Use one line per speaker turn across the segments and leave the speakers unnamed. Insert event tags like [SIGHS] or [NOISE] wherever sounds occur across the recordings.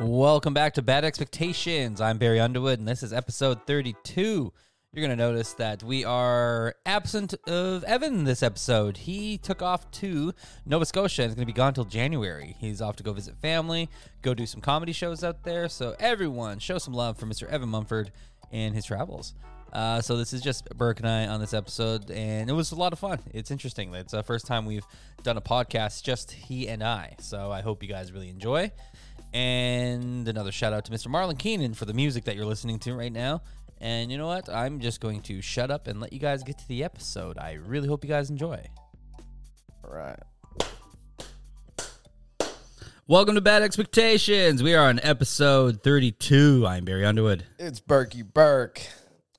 Welcome back to Bad Expectations. I'm Barry Underwood, and this is episode 32. You're going to notice that we are absent of Evan this episode. He took off to Nova Scotia and is going to be gone till January. He's off to go visit family, go do some comedy shows out there. So, everyone, show some love for Mr. Evan Mumford and his travels. Uh, so this is just Burke and I on this episode, and it was a lot of fun. It's interesting. It's the first time we've done a podcast just he and I. So I hope you guys really enjoy. And another shout out to Mr. Marlon Keenan for the music that you're listening to right now. And you know what? I'm just going to shut up and let you guys get to the episode. I really hope you guys enjoy.
All right.
Welcome to Bad Expectations. We are on episode 32. I'm Barry Underwood.
It's Berkey Burke,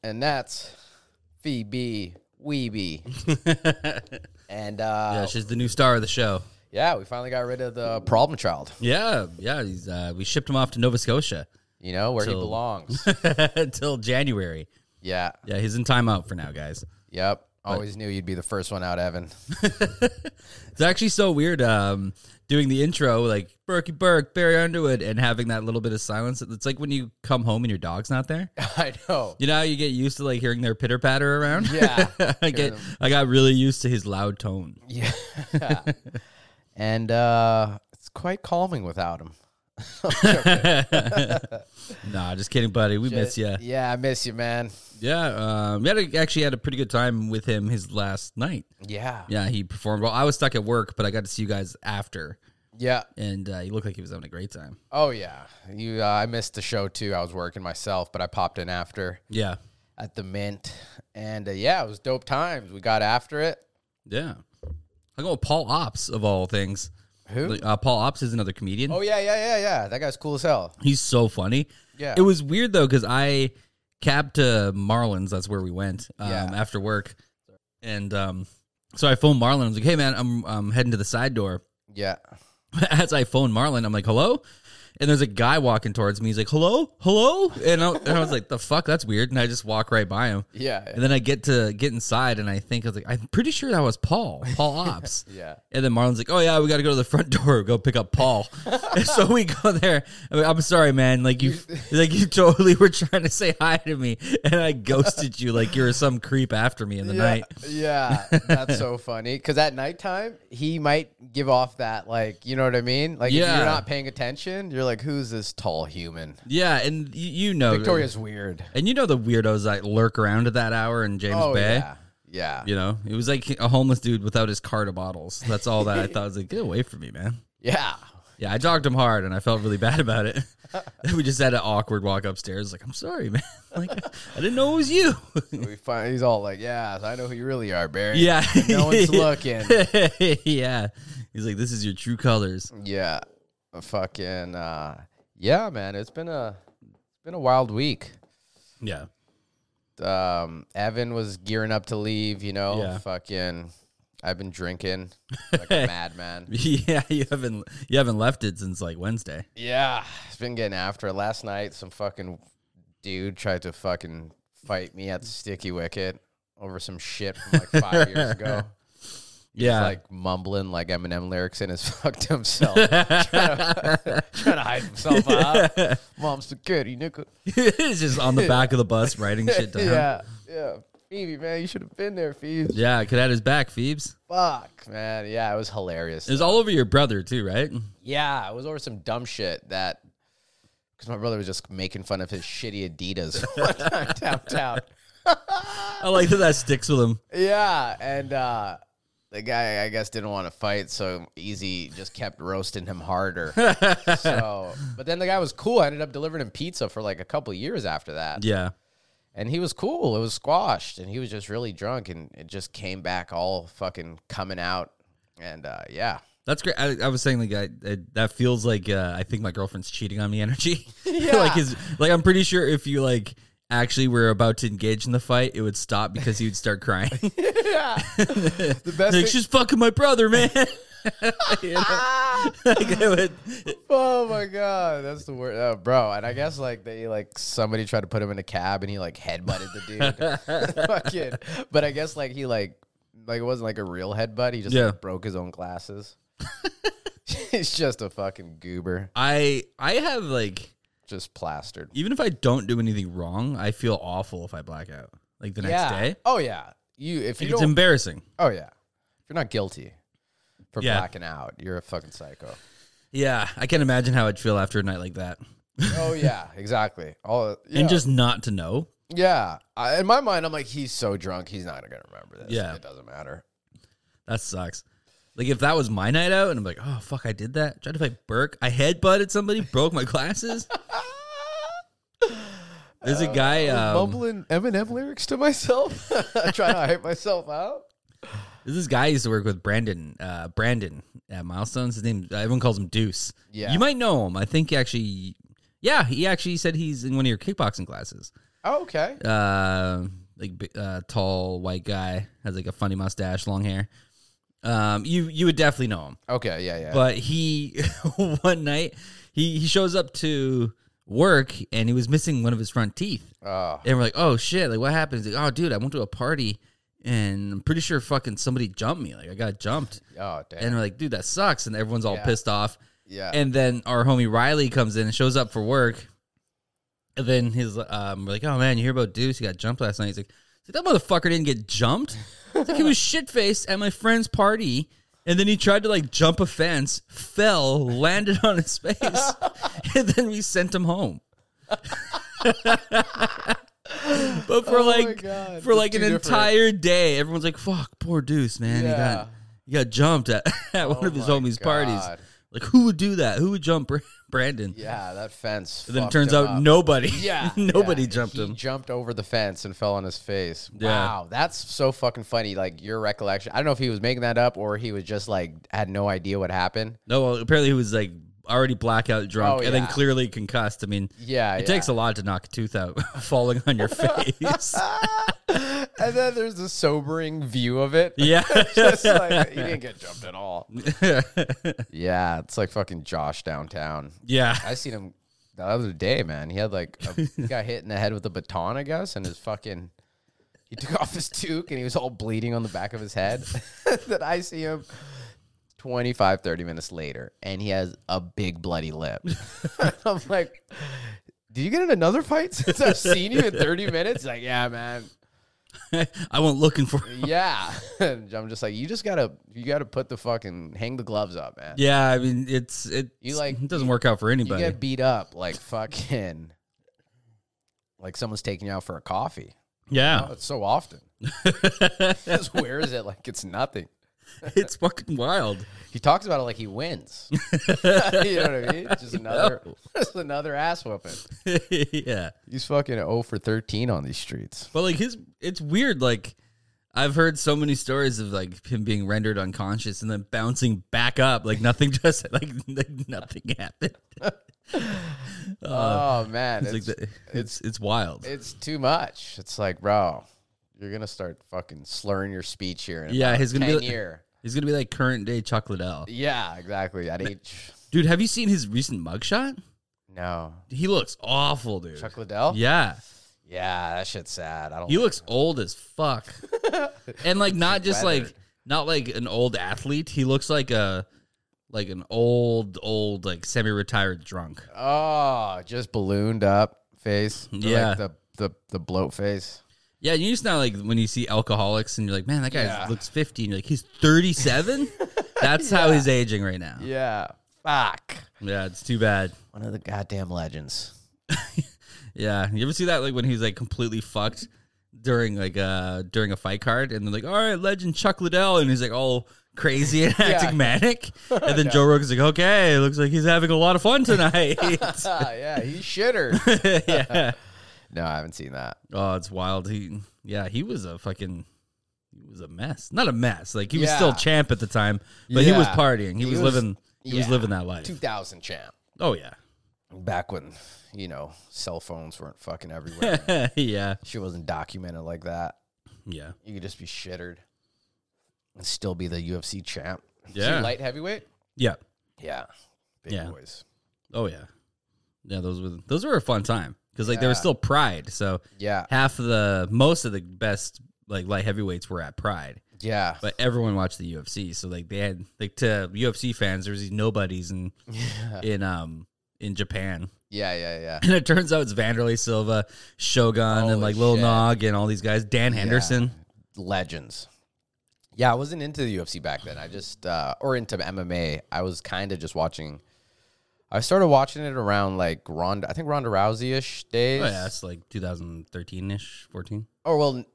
and that's Phoebe [LAUGHS] Weeby. and uh,
Yeah, she's the new star of the show.
yeah, we finally got rid of the problem child,
Yeah, yeah. He's, uh, we shipped him off to Nova Scotia. [LAUGHS]
you know, where he
So-
[LAUGHS] belongs.
till January.
yeah.
Yeah, he's in timeout for now, guys.
Yep. Always knew you'd be the first one out, Evan. [LAUGHS]
It's actually so weird um, doing the intro, like Berkey Burke, Barry Underwood, and having that little bit of silence. It's like when you come home and your dog's not there.
I know.
You know, how you get used to like hearing their pitter patter around.
Yeah.
[LAUGHS] I get, I got really used to his loud tone.
[LAUGHS] Yeah. and uh, it's quite calming without him.
Nah, just kidding, buddy. We miss you.
Yeah, I miss you, man.
Yeah, um, we had a, actually had a pretty good time with him his last night.
Yeah.
Yeah, he performed well. I was stuck at work, but I got to see you guys after,
Yeah.
and uh, he looked like he was having a great time.
Oh, yeah. You. Uh, I missed the show, too. I was working myself, but I popped in after.
Yeah,
at the Mint, and uh, yeah, it was dope times. We got after it.
yeah. I go with Paul Ops of all things.
Who?
Uh, Paul Ops is another comedian.
Oh yeah, yeah, yeah, yeah. That guy's cool as hell.
He's so funny.
Yeah.
It was weird though because I cabbed to Marlins. That's where we went um,
Yeah.
after work, and um, so I phoned Marlon. I was like, "Hey man, I'm um, heading to the side door." [LAUGHS]
Yeah,
As I phone Marlon, I'm like, "Hello," and there's a guy walking towards me. He's like, "Hello, hello," and I, and I was like, "The fuck, that's weird." And I just walk right by him.
yeah,
And then I get to get inside, and I think I was like, "I'm pretty sure that was Paul, Paul Ops."
yeah.
And then Marlon's like, "Oh yeah, we got to go to the front door, go pick up
[LAUGHS]
Paul." And so we go there. I am sorry, man. Like you, like you totally were trying to say hi to me, and I ghosted you. Like you were some creep after me in the
yeah,
night.
yeah, that's
[LAUGHS]
so funny. Because at nighttime, he might give off that, like, you know what I mean? Like, if
Yeah.
you're not paying attention, you're like, who's this tall human?
Yeah, and you, you know,
Victoria's weird.
and you know the weirdos that lurk around at that hour in James
Oh,
Bay.
yeah. Yeah.
You know, it was like a homeless dude without his cart of bottles. That's all that I thought. I was like, "Get away from me, man."
Yeah.
Yeah, I dogged him hard, and I felt really bad about it. [LAUGHS] we just had an awkward walk upstairs. Like, I'm sorry, man. [LAUGHS] Like, I didn't know it was you.
We find he's all like, yeah, I know who you really
[LAUGHS]
are, Barry.
yeah,
No one's looking.
yeah, he's like, this is your true colors.
Yeah. A Fucking uh yeah, man. It's been a it's been a wild week.
Yeah,
Um Evan was gearing up to leave, you know.
Yeah.
Fucking I've
[LAUGHS]
been drinking like a madman.
[LAUGHS] yeah. You haven't you haven't left it since like Wednesday.
Yeah. It's been getting after it. Last night some fucking dude tried to fucking fight me at Sticky Wicket over some shit from like five years ago.
[LAUGHS]
He's
Yeah,
like mumbling like Eminem lyrics in his [LAUGHS] fucked himself. trying, to, trying to hide
[LAUGHS]
himself out. Mom's security, nigga.
[LAUGHS] he's just on [LAUGHS] the back of the bus writing shit down. Yeah,
Yeah, yeah. Phoebe, man, you should have been there, Phoebe.
I could have his back, Phoebes.
Fuck, man. Yeah, it was hilarious.
It was all over your brother too, right?
yeah, it was over some dumb shit that because my brother was just making fun of his shitty Adidas [LAUGHS] one time downtown.
I like that that sticks with him.
Yeah, and uh, the guy I guess didn't want to fight, so Easy just kept roasting him harder. so, but then the guy was cool. I ended up delivering him pizza for like a couple years after that.
Yeah,
and he was cool. It was squashed, and he was just really drunk, and it just came back all fucking coming out. And uh, yeah, [LAUGHS]
That's great. I, I was saying like I, I, that feels like uh, I think my girlfriend's cheating on me. Energy. [LAUGHS]
Yeah.
like is like I'm pretty sure if you like actually were about to engage in the fight, it would stop because he would start crying.
yeah, the best.
like
Thing,
she's fucking my brother,
[LAUGHS]
man. You know? Like, it would-
oh my god, that's the word, oh, bro. And I guess like they like somebody tried to put him in a cab, and he like headbutted the
[LAUGHS]
dude. fucking, [LAUGHS] but I guess like he like like it wasn't like a real headbutt. He just
Yeah.
like, broke his own glasses. [LAUGHS] He's just a fucking goober,
I I have like
just plastered.
even if I don't do anything wrong, I feel awful if I black out like the next
yeah.
day.
Oh yeah. You if
Like,
you
it's
don't.
embarrassing.
oh yeah. If you're not guilty for
Yeah.
blacking out, you're a fucking psycho.
Yeah, I can't imagine how I'd feel after a night like that,
oh yeah, [LAUGHS] exactly. All yeah.
and just not to know.
yeah. I, in my mind, I'm like, he's so drunk, he's not gonna remember this.
Yeah.
it doesn't matter.
That sucks. Like if that was my night out, and I'm like, oh fuck, I did that. Tried to fight Burke. I headbutted somebody, broke my
[LAUGHS]
glasses. There's a guy.
Uh,
Um,
Mumbling Eminem lyrics to myself, [LAUGHS] trying to hype myself out.
There's this guy I used to work with, Brandon. Uh, Brandon at Milestones. His name. uh, Everyone calls him Deuce.
Yeah.
You might know him. I think he actually. Yeah, he actually said he's in one of your kickboxing classes.
Oh, okay.
Uh, like bi- uh, tall white guy has like a funny mustache, long hair. Um, you you would definitely know him.
Okay. Yeah. Yeah.
But he [LAUGHS] one night he he shows up to work and he was missing one of his front teeth.
oh.
And we're like, oh shit, like what happened? He's like, oh dude, I went to a party and I'm pretty sure fucking somebody jumped me. Like I got jumped.
Oh damn.
And we're like, dude, that sucks. And everyone's all
Yeah.
pissed off.
yeah.
And then our homie Riley comes in and shows up for work. And then his um we're like, oh man, you hear about Deuce? He got jumped last night. He's like, "He's like, that motherfucker didn't get jumped. It's like he was [LAUGHS] shit faced at my friend's party. And then he tried to like jump a fence, fell, landed on his face, [LAUGHS] and then we sent him home. [LAUGHS] but for
Oh my
like
God,
for
that's
like an
too different.
entire day, everyone's like, "Fuck, poor Deuce, man. He
Yeah.
got he got jumped at, [LAUGHS] at one
Oh
of his
my
homies' parties."
God.
Like, who would do that? Who would jump Bra- [LAUGHS] Brandon?
Yeah, that fence.
And then it
fucked
turns
him
out
up.
nobody.
[LAUGHS] Yeah,
[LAUGHS] nobody
yeah,
jumped
he
him.
Jumped over the fence and fell on his face.
Yeah.
Wow, that's so fucking funny. Like your recollection. I don't know if he was making that up or he was just like had no idea what happened.
No, well, apparently he was like already blackout drunk
Oh,
and then
yeah.
clearly concussed. I mean,
Yeah,
it takes a lot to knock a tooth out [LAUGHS] falling on your face.
[LAUGHS] and then there's the sobering view
[LAUGHS]
of it. [LAUGHS]
yeah.
just like he didn't get jumped
[LAUGHS]
at all. Yeah, it's like fucking Josh downtown.
yeah.
I seen him the other day, man. He had like a, he got hit in the head with a baton, I guess, and his fucking he took off his toque and he was all bleeding on the back of his head. [LAUGHS] then I see him 25, 30 minutes later, and he has a big bloody lip. [LAUGHS] I'm like, did you get in another fight since I've seen you in 30 minutes? He's like, yeah, man.
[LAUGHS] I went looking for
Yeah. [LAUGHS] And I'm just like, you just gotta you gotta put the fucking hang the gloves up, man.
[LAUGHS] Yeah, I mean, it's it
You, like,
it doesn't work out for
You
anybody.
get beat up like fucking like someone's taking you out for a coffee.
yeah. [LAUGHS]
[LAUGHS] Oh, it's so often. Just wears it like it's nothing.
it's fucking wild. [LAUGHS]
He talks about it like he wins. [LAUGHS] you know what I mean? Just another just another ass whooping.
yeah.
He's fucking 0 for 13 on these streets.
But like his, it's weird. Like I've heard so many stories of like him being rendered unconscious and then bouncing back up, like nothing [LAUGHS] just like, like nothing happened. [LAUGHS]
oh man.
Uh, It's,
It's,
like the, it's it's wild.
it's too much. It's like, bro, you're gonna start fucking slurring your speech here. In
Yeah,
about
he's gonna be
10
like-
year.
He's gonna be like current day Chuck Liddell,
Yeah, exactly. At age
dude. Have you seen his recent mugshot?
no.
He looks awful, dude.
Chuck Liddell? Oh
yeah,
Yeah, that shit's sad. I don't
he looks old as
[LAUGHS]
fuck, and like not just like
Weathered.
not like an old athlete. He looks like a like an old old like semi retired drunk.
Oh, just ballooned up face. Like
Yeah.
the, the the bloat face.
Yeah, you just not like when you see alcoholics and you're like, man, that guy
Yeah.
looks 50, and you're like, he's 37? That's how he's aging right now. Yeah.
Yeah. Fuck.
it's too bad.
One of the goddamn legends.
Yeah. You ever see that like when he's like completely fucked during like uh during a fight card and they're like, all right, legend Chuck Liddell and he's like all crazy and acting manic. And then Joe Rogan's like, okay, looks like he's having a lot of fun tonight. [LAUGHS]
Ah, yeah, he's shitter.
yeah.
no, I haven't seen that.
Oh, it's wild. He yeah, he was a fucking he was a mess. Not a mess. Like he was
Yeah.
still champ at the time, but he was
Yeah.
partying. He, was,
was-
living he was
yeah.
living that life.
2000 champ.
Oh yeah. [LAUGHS]
Back when, you know, cell phones weren't
[LAUGHS]
fucking everywhere.
yeah.
she wasn't documented like that.
Yeah.
You could just be shittered and still be the UFC champ. Is he
Yeah.
light heavyweight?
Yeah.
Yeah. Big
Yeah.
boys.
Oh yeah. Yeah, those were those were a fun time cuz like there was
Yeah.
still pride. So
Yeah.
half of the most of the best like light heavyweights were at Pride,
Yeah. [LAUGHS]
but everyone watched the UFC. So like they had like to UFC fans, there was these nobodies in
Yeah.
in um in Japan,
Yeah. Yeah. Yeah.
[LAUGHS] and it turns out it's Vanderlei Silva, Shogun,
Holy
and like Lil
shit.
Nog and all these guys. Dan Henderson.
legends. Yeah, I wasn't into the UFC back then. I just uh, or into MMA. I was kind of just watching. I started watching it around like Ronda. I think Ronda Rousey ish days.
Oh yeah, it's like 2013 ish, 14.
Or well, n-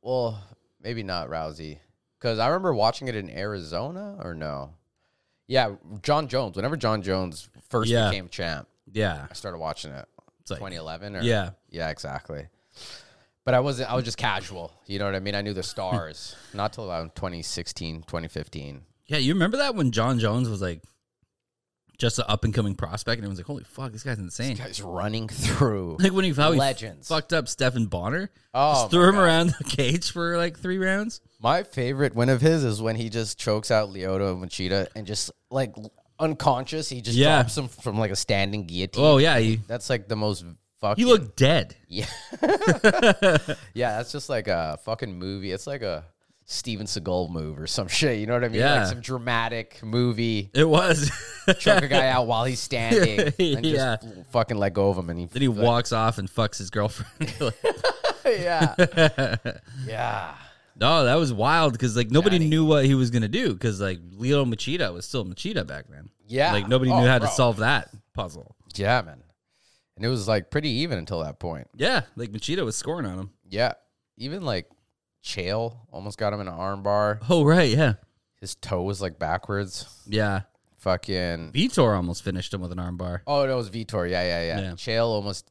well maybe not Rousey because I remember watching it in Arizona or no. Yeah, John Jones. Whenever John Jones first
Yeah.
became champ,
Yeah,
I started watching it.
it's like
2011 or
yeah.
yeah, exactly. But I wasn't. I was just casual. You know what I mean? I knew the stars. [LAUGHS] Not till around 2016, 2015.
Yeah, you remember that when John Jones was like just an up and coming prospect, and everyone's like, "Holy fuck, this guy's insane!"
Guys
[LAUGHS]
running through.
like when he how he
Legends.
fucked up Stephen Bonner,
Oh,
just threw him around the cage for like three rounds.
my favorite win of his is when he just chokes out Lyoto Machida and just like unconscious. He just
Yeah.
drops him from like a standing guillotine.
Oh yeah, he
That's like the most fucking.
he looked dead.
[LAUGHS]
[LAUGHS]
Yeah. yeah, that's just like a fucking movie. It's like a Steven Seagal move or some shit. You know what I mean?
Yeah.
Like some dramatic movie.
It was. [LAUGHS]
choke a guy out while he's standing and
Yeah.
just f- fucking let go of him and he
then he walks off and fucks his [LAUGHS] girlfriend.
yeah yeah
no, that was wild because like nobody knew what he was gonna do because like Leo Machida was still Machida back then.
Yeah.
like nobody
Oh,
knew how
bro.
to solve that puzzle.
yeah man and it was like pretty even until that point
Yeah, like Machida was scoring on him.
yeah even like Chael almost got him in an arm bar
Oh right, yeah,
his toe was like backwards
yeah.
fucking
Vitor almost finished him with an armbar.
oh no it was Vitor yeah yeah yeah,
Yeah.
Chael almost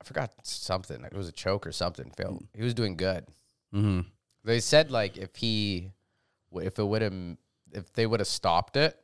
I forgot something it was a choke or something failed
Mm.
he was doing good
Mm-hmm.
They said like if he, if it would have, if they would have stopped it,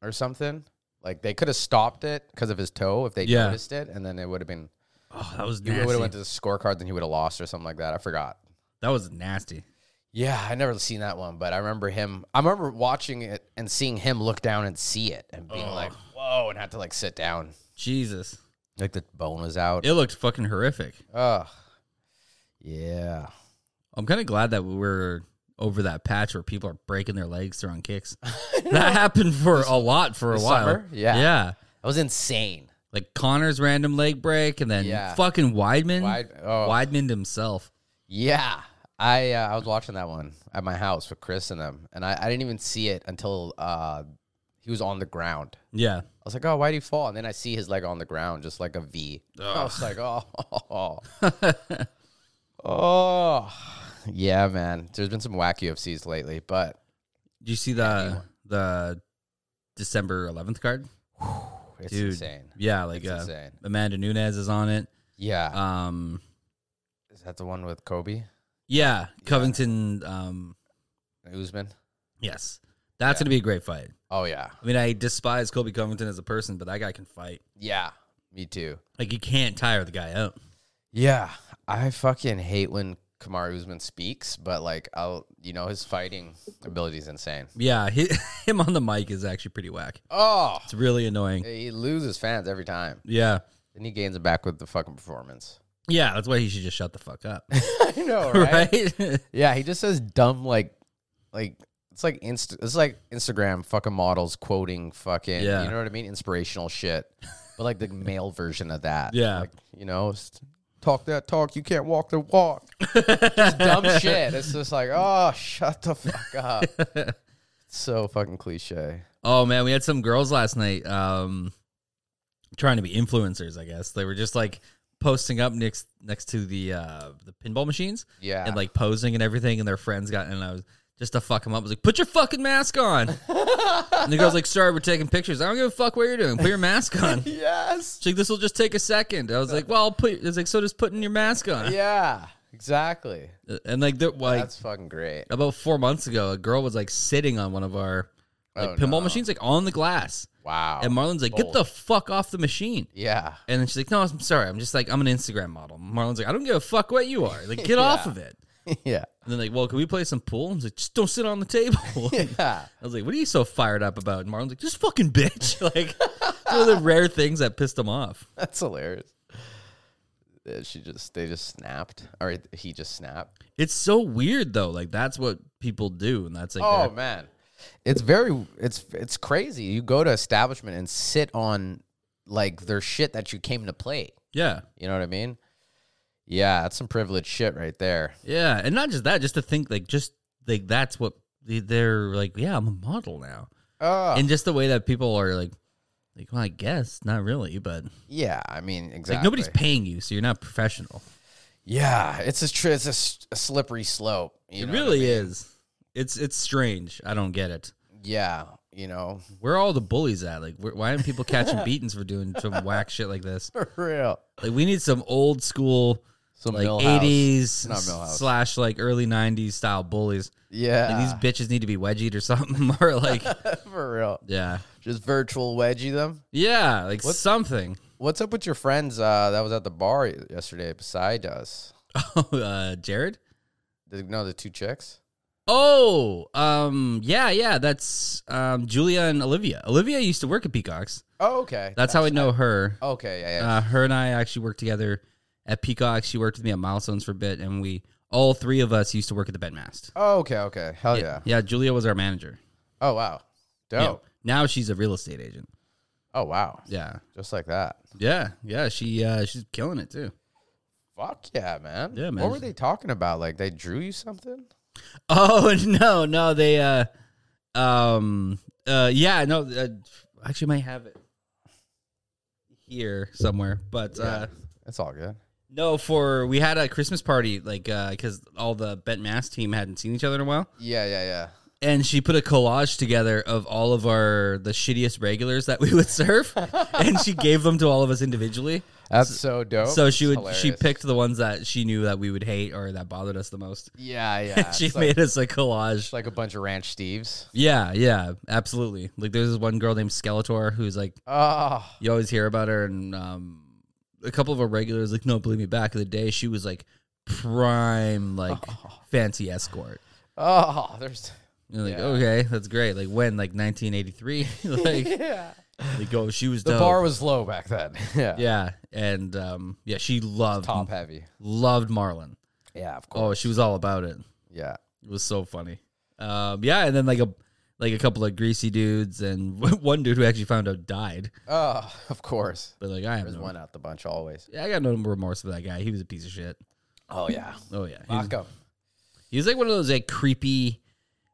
or something, like they could have stopped it because of his toe if they
Yeah.
noticed it, and then it would have been
Oh, that was
he would
nasty.
have went to the scorecard, then he would have lost or something like that. I forgot.
that was nasty.
Yeah, I never seen that one, but I remember him. I remember watching it and seeing him look down and see it and being like, "Whoa!" and had to like sit down,
Jesus,
like the bone was out.
it looked fucking horrific.
Ugh. Yeah.
I'm kind of glad that we were over that patch where people are breaking their legs throwing
[LAUGHS]
kicks. that happened for a lot for a
this
while.
summer? Yeah.
yeah.
That was insane.
Like Connor's random leg break, and then
Yeah.
fucking Weidman,
Wide, oh.
Weidman himself.
Yeah. I uh, I was watching that one at my house with Chris and them, and I, I didn't even see it until uh, he was on the ground.
Yeah,
I was like, oh, why'd he fall? And then I see his leg on the ground, just like a V. [LAUGHS] I was like, oh. [LAUGHS]
[LAUGHS]
oh. Yeah, man. There's been some wacky UFCs lately, but
did you see the the December 11th card?
it's
Dude.
insane.
Yeah, like
It's
uh,
insane.
Amanda Nunes is on it.
Yeah.
Um,
Is that the one with Kobe?
yeah, Covington. Um,
Usman?
yes, that's gonna be a great fight.
Oh, yeah.
I mean, I despise Kobe Covington as a person, but that guy can fight.
Yeah. Me too.
Like you can't tire the guy out.
Yeah, I fucking hate when Kamar Usman speaks, but like, I'll you know his fighting ability is insane.
Yeah, [LAUGHS] he, him on the mic is actually pretty whack.
Oh,
It's really annoying.
he loses fans every time,
Yeah,
and he gains them back with the fucking performance.
yeah, that's why he should just shut the fuck up,
[LAUGHS]
[LAUGHS]
I know, [LAUGHS] right?
right?
Yeah, he just says dumb like, like it's like inst- it's like Instagram fucking models quoting fucking
Yeah.
you know what I mean, inspirational shit,
[LAUGHS]
but like the male version of that.
Yeah.
like, you know. s- Talk that talk, you can't walk the walk. just
[LAUGHS]
dumb shit. It's just like, oh, shut the fuck up.
[LAUGHS]
so fucking cliche.
oh man, we had some girls last night um, trying to be influencers. I guess they were just like posting up next next to the uh, the pinball machines
Yeah.
and like posing and everything. And their friends got and I was just to fuck them up. I was like, put your fucking mask
[LAUGHS]
on. and the girls like, sorry, we're taking pictures. I don't give a fuck what you're doing. Put your mask
[LAUGHS]
on.
yes.
She's like, this will just take a second. I was like, well, I'll put. I was like, so just putting your mask on. Uh,
Yeah. Exactly.
And like, there, like
That's fucking great.
about four months ago, a girl was like sitting on one of our like
Oh,
pinball
no.
machines, like on the glass.
Wow.
And Marlon's like, get the fuck off the machine.
yeah. [LAUGHS]
And then she's like, no, I'm sorry. I'm just like, I'm an Instagram model. Marlon's like, I don't give a fuck what you are. Like, get
[LAUGHS]
off of it.
yeah.
And then like, well, can we play some pool? And I was like, just don't sit on the table.
[LAUGHS] Yeah.
I was like, what are you so fired up about? And Marlon's like, this fucking [LAUGHS]
[LAUGHS]
bitch. Like, it's one of the rare things that pissed him off.
That's hilarious. uh, she just they just snapped or he just snapped.
It's so weird though. Like that's what people do, and that's like
Oh
their-
man, it's very it's it's crazy. You go to establishment and sit on like their shit that you came to play.
yeah,
You know what I mean? Yeah, that's some privileged shit right there.
yeah, and not just that. Just to think like just like that's what they- they're like. Yeah, I'm a model now,
Oh,
and just the way that people are like. Like, well, I guess not really, but
yeah. I mean, exactly.
like nobody's paying you, so you're not professional.
Yeah, it's a tr- it's a, s- a slippery slope. You
it
know what I
really
mean?
is. It's it's strange. I don't get it.
Yeah, you know, [LAUGHS]
Where are all the bullies at? Like, where, why aren't people catching beatings for doing some whack shit like this?
for real.
Like, we need some old school,
Some
like
Millhouse.
eighties
Not Millhouse.
slash like early nineties style bullies. Like,
Yeah,
these bitches need to be wedgied or [LAUGHS] something, or
[LAUGHS]
like,
for real.
yeah,
Just virtual wedgie them.
yeah, like something. [LAUGHS]
What's up with your friends? Uh, that was at the bar yesterday beside us.
Oh, uh, Jared.
The, no, the two chicks.
Oh, um, yeah, yeah. That's um, Julia and Olivia. Olivia used to work at Peacocks.
Oh, okay.
That's how I know her.
Okay, yeah, yeah.
Uh, her and I actually worked together at Peacock. She worked with me at Milestones for a bit, and we all three of us used to work at the Bedmast.
oh, okay, okay. Hell yeah.
yeah. Julia was our manager.
Oh wow.
Yeah.
Dope.
Now she's a real estate agent.
Oh wow.
Yeah,
Just like that.
yeah, yeah. She uh, she's killing it too. [LAUGHS]
Fuck yeah, man.
Yeah, man.
What were they talking about? Like they drew you something?
Oh no, no, they uh, um, uh, yeah, no. Uh, actually, might have it here somewhere, but uh,
It's all good.
no. For we had a Christmas party, like uh, because all the Bedmast team hadn't seen each other in a while.
Yeah, yeah, yeah.
and she put a collage together of all of our the shittiest regulars that we would
[LAUGHS]
serve and she gave them to all of us individually
That's so dope.
so she
It's
would she
hilarious.
picked the ones that she knew that we would hate or that bothered us the most [LAUGHS]
Yeah, yeah.
she
It's like-
made us a collage
It's like a bunch of Ranch Steves.
yeah yeah absolutely like there's this one girl named skeletor who's like
Oh,
you always hear about her and um a couple of our regulars like no believe me back in the day she was like prime
[LAUGHS]
like fancy escort
oh, there's.
You're like,
Yeah.
okay, that's great. Like when, like 1983, [LAUGHS] like,
[LAUGHS] Yeah.
like oh, she was
The
dope.
bar was low back then. [LAUGHS] yeah.
yeah, and um, yeah, she loved
Top heavy.
loved Marlon.
Yeah, of course.
Oh, she was all about it.
Yeah.
It was so funny. Um, yeah, and then like a like a couple of greasy dudes and [LAUGHS] one dude who actually found out died.
Oh, [LAUGHS] of course.
But like I have
There's
no,
one out the bunch always.
yeah, I got no remorse for that guy. He was a piece of shit.
Oh yeah.
Oh yeah, he was,
Fuck 'em. [LAUGHS]
he was like one of those like creepy,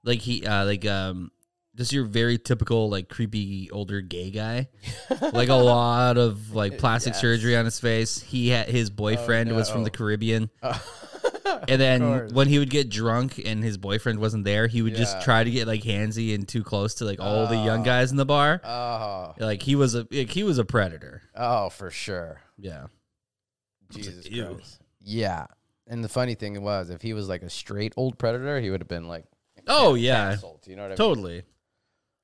like he uh, like um. Just your very typical like creepy older gay guy.
[LAUGHS]
like a lot of like plastic
Yes. Oh,
surgery on his face. He had his boyfriend was from
no.
the Caribbean,
Oh.
and then
course.
when he would get drunk and his boyfriend wasn't there, he would just
Yeah.
try to get like handsy and too close to like all the young guys in the bar.
oh.
Like he was a like, he was a predator.
Oh, for sure.
Yeah,
Jesus
ew.
Christ. Yeah. And the funny thing was, if he was like a straight old predator, he would have been like
Oh, yeah.
canceled, You know what I mean?
totally.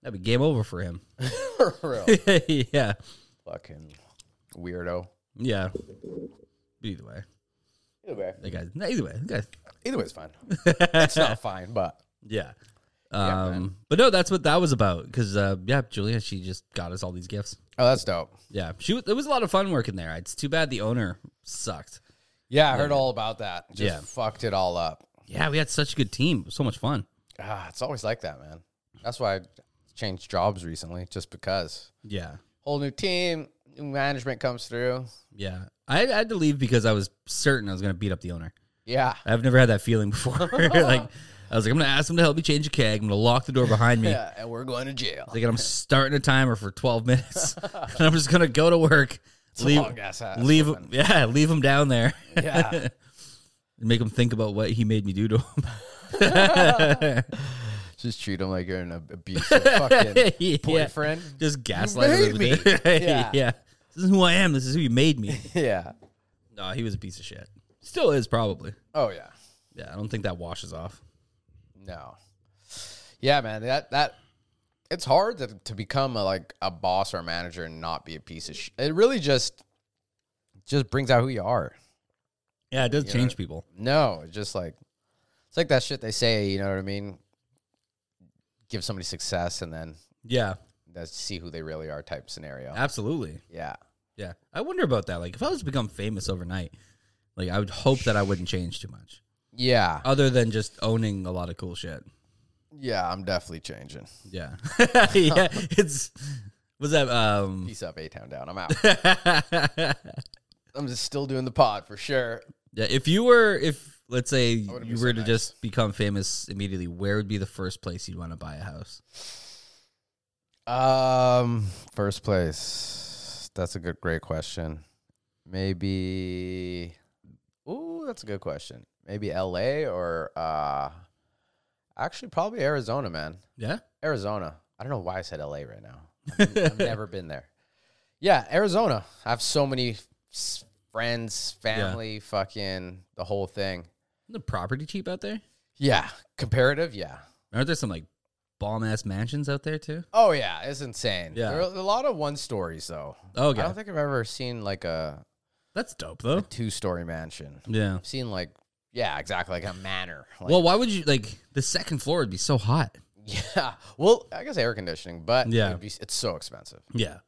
That'd be game over for him. [LAUGHS]
[LAUGHS] For real.
yeah,
Fucking weirdo.
yeah. But either way,
Either way,
that guy's no, either way, that guy's
either way's fine. it's not fine, but
Yeah.
Yeah,
Um, but no, that's what that was about. Because uh, yeah, Julia, she just got us all these gifts.
oh, that's dope.
Yeah, she was, it was a lot of fun working there. It's too bad the owner sucked.
Yeah, I heard all about that. Just
Yeah.
fucked it all up.
Yeah, we had such a good team. It was so much fun.
Ah, it's always like that, man. That's why I changed jobs recently, just because.
Yeah,
Whole new team, new management comes through.
yeah. I, I had to leave because I was certain I was gonna beat up the owner.
Yeah.
I've never had that feeling before. [LAUGHS]
[LAUGHS]
like I was like, I'm gonna ask him to help me change a keg. I'm gonna lock the door behind me.
Yeah, and we're going to jail.
Like and I'm starting a timer for 12 minutes, [LAUGHS] and I'm just gonna go to work. [LAUGHS] leave,
long ass ass
leave, him- yeah, leave him down there. [LAUGHS]
Yeah.
make him think about what he made me do to him. [LAUGHS]
just treat them like you're an ab- abusive fucking
[LAUGHS] Yeah.
boyfriend.
Just gaslight him.
made
with it.
Yeah.
[LAUGHS] yeah. This is who I am. This is who you made me. [LAUGHS]
Yeah.
no, he was a piece of shit. Still is probably.
Oh yeah.
Yeah, I don't think that washes off.
No. Yeah, man. That that it's hard to, to become a, like a boss or a manager and not be a piece of shit. It really just just brings out who you are.
Yeah, it does change people.
No, it's just like it's like that shit they say. You know what I mean? Give somebody success and then
Yeah,
that's see who they really are type scenario.
absolutely.
Yeah.
Yeah, I wonder about that. Like, if I was to become famous overnight, Like I would hope that I wouldn't change too much,
Yeah.
other than just owning a lot of cool shit.
Yeah, I'm definitely changing.
Yeah, [LAUGHS] yeah. It's was that um. [LAUGHS]
Peace up, A Town Down. I'm out. [LAUGHS] I'm just still doing the pod for sure.
Yeah, if you were, if let's say
would've
you
been
were
so
to
nice.
just become famous immediately, where would be the first place you'd want to buy a house?
Um, first place. That's a good, great question. Maybe. Ooh, that's a good question. Maybe L.A. or uh, actually probably Arizona, man.
[LAUGHS] Yeah,
Arizona. I don't know why I said L.A. right now. I've, I've never been there. Yeah, Arizona. I have so many s- friends, family, fucking the whole thing.
the property cheap out there.
Yeah, comparative. Yeah.
Aren't there some like bomb ass mansions out there too?
Oh yeah, it's insane.
Yeah.
there are a lot of one stories though.
Okay,
I don't think I've ever seen like a
Oh, that's dope though.
two story mansion.
Yeah.
I've seen like yeah, exactly like a manor. Like,
Well, why would you like the second floor would be so hot?
[LAUGHS] yeah. Well, I guess air conditioning, but
Yeah.
it'd be, it's so expensive.
Yeah,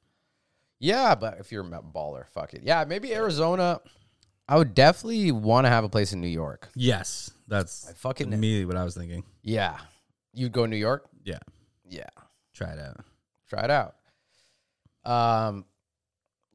Yeah, but if you're a baller, fuck it. Yeah, maybe Arizona. I would definitely want to have a place in New York.
yes, that's
I fucking
immediately what I was thinking.
yeah. You'd go New York.
Yeah,
Yeah,
try it out.
try it out. Um,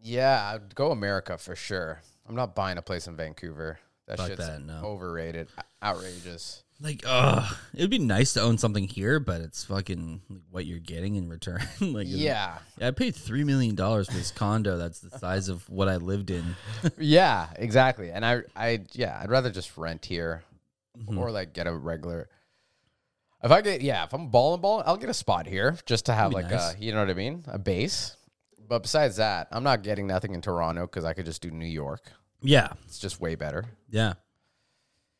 yeah, I'd go America for sure. I'm not buying a place in Vancouver. That
Fuck
shit's
that, no.
overrated, outrageous.
Like, ugh, it'd be nice to own something here, but it's fucking like, what you're getting in return. [LAUGHS] like, it's-
Yeah,
Yeah, I paid three million dollars for this condo. That's the size of what I lived in.
yeah, exactly. And I, I, yeah, I'd rather just rent here
Mm-hmm.
or like get a regular. If I get, yeah, if I'm balling, balling, I'll get a spot here just to have
That'd
like
be nice.
a, you know what I mean, a base. But besides that, I'm not getting nothing in Toronto because I could just do New York.
Yeah,
It's just way better.
yeah,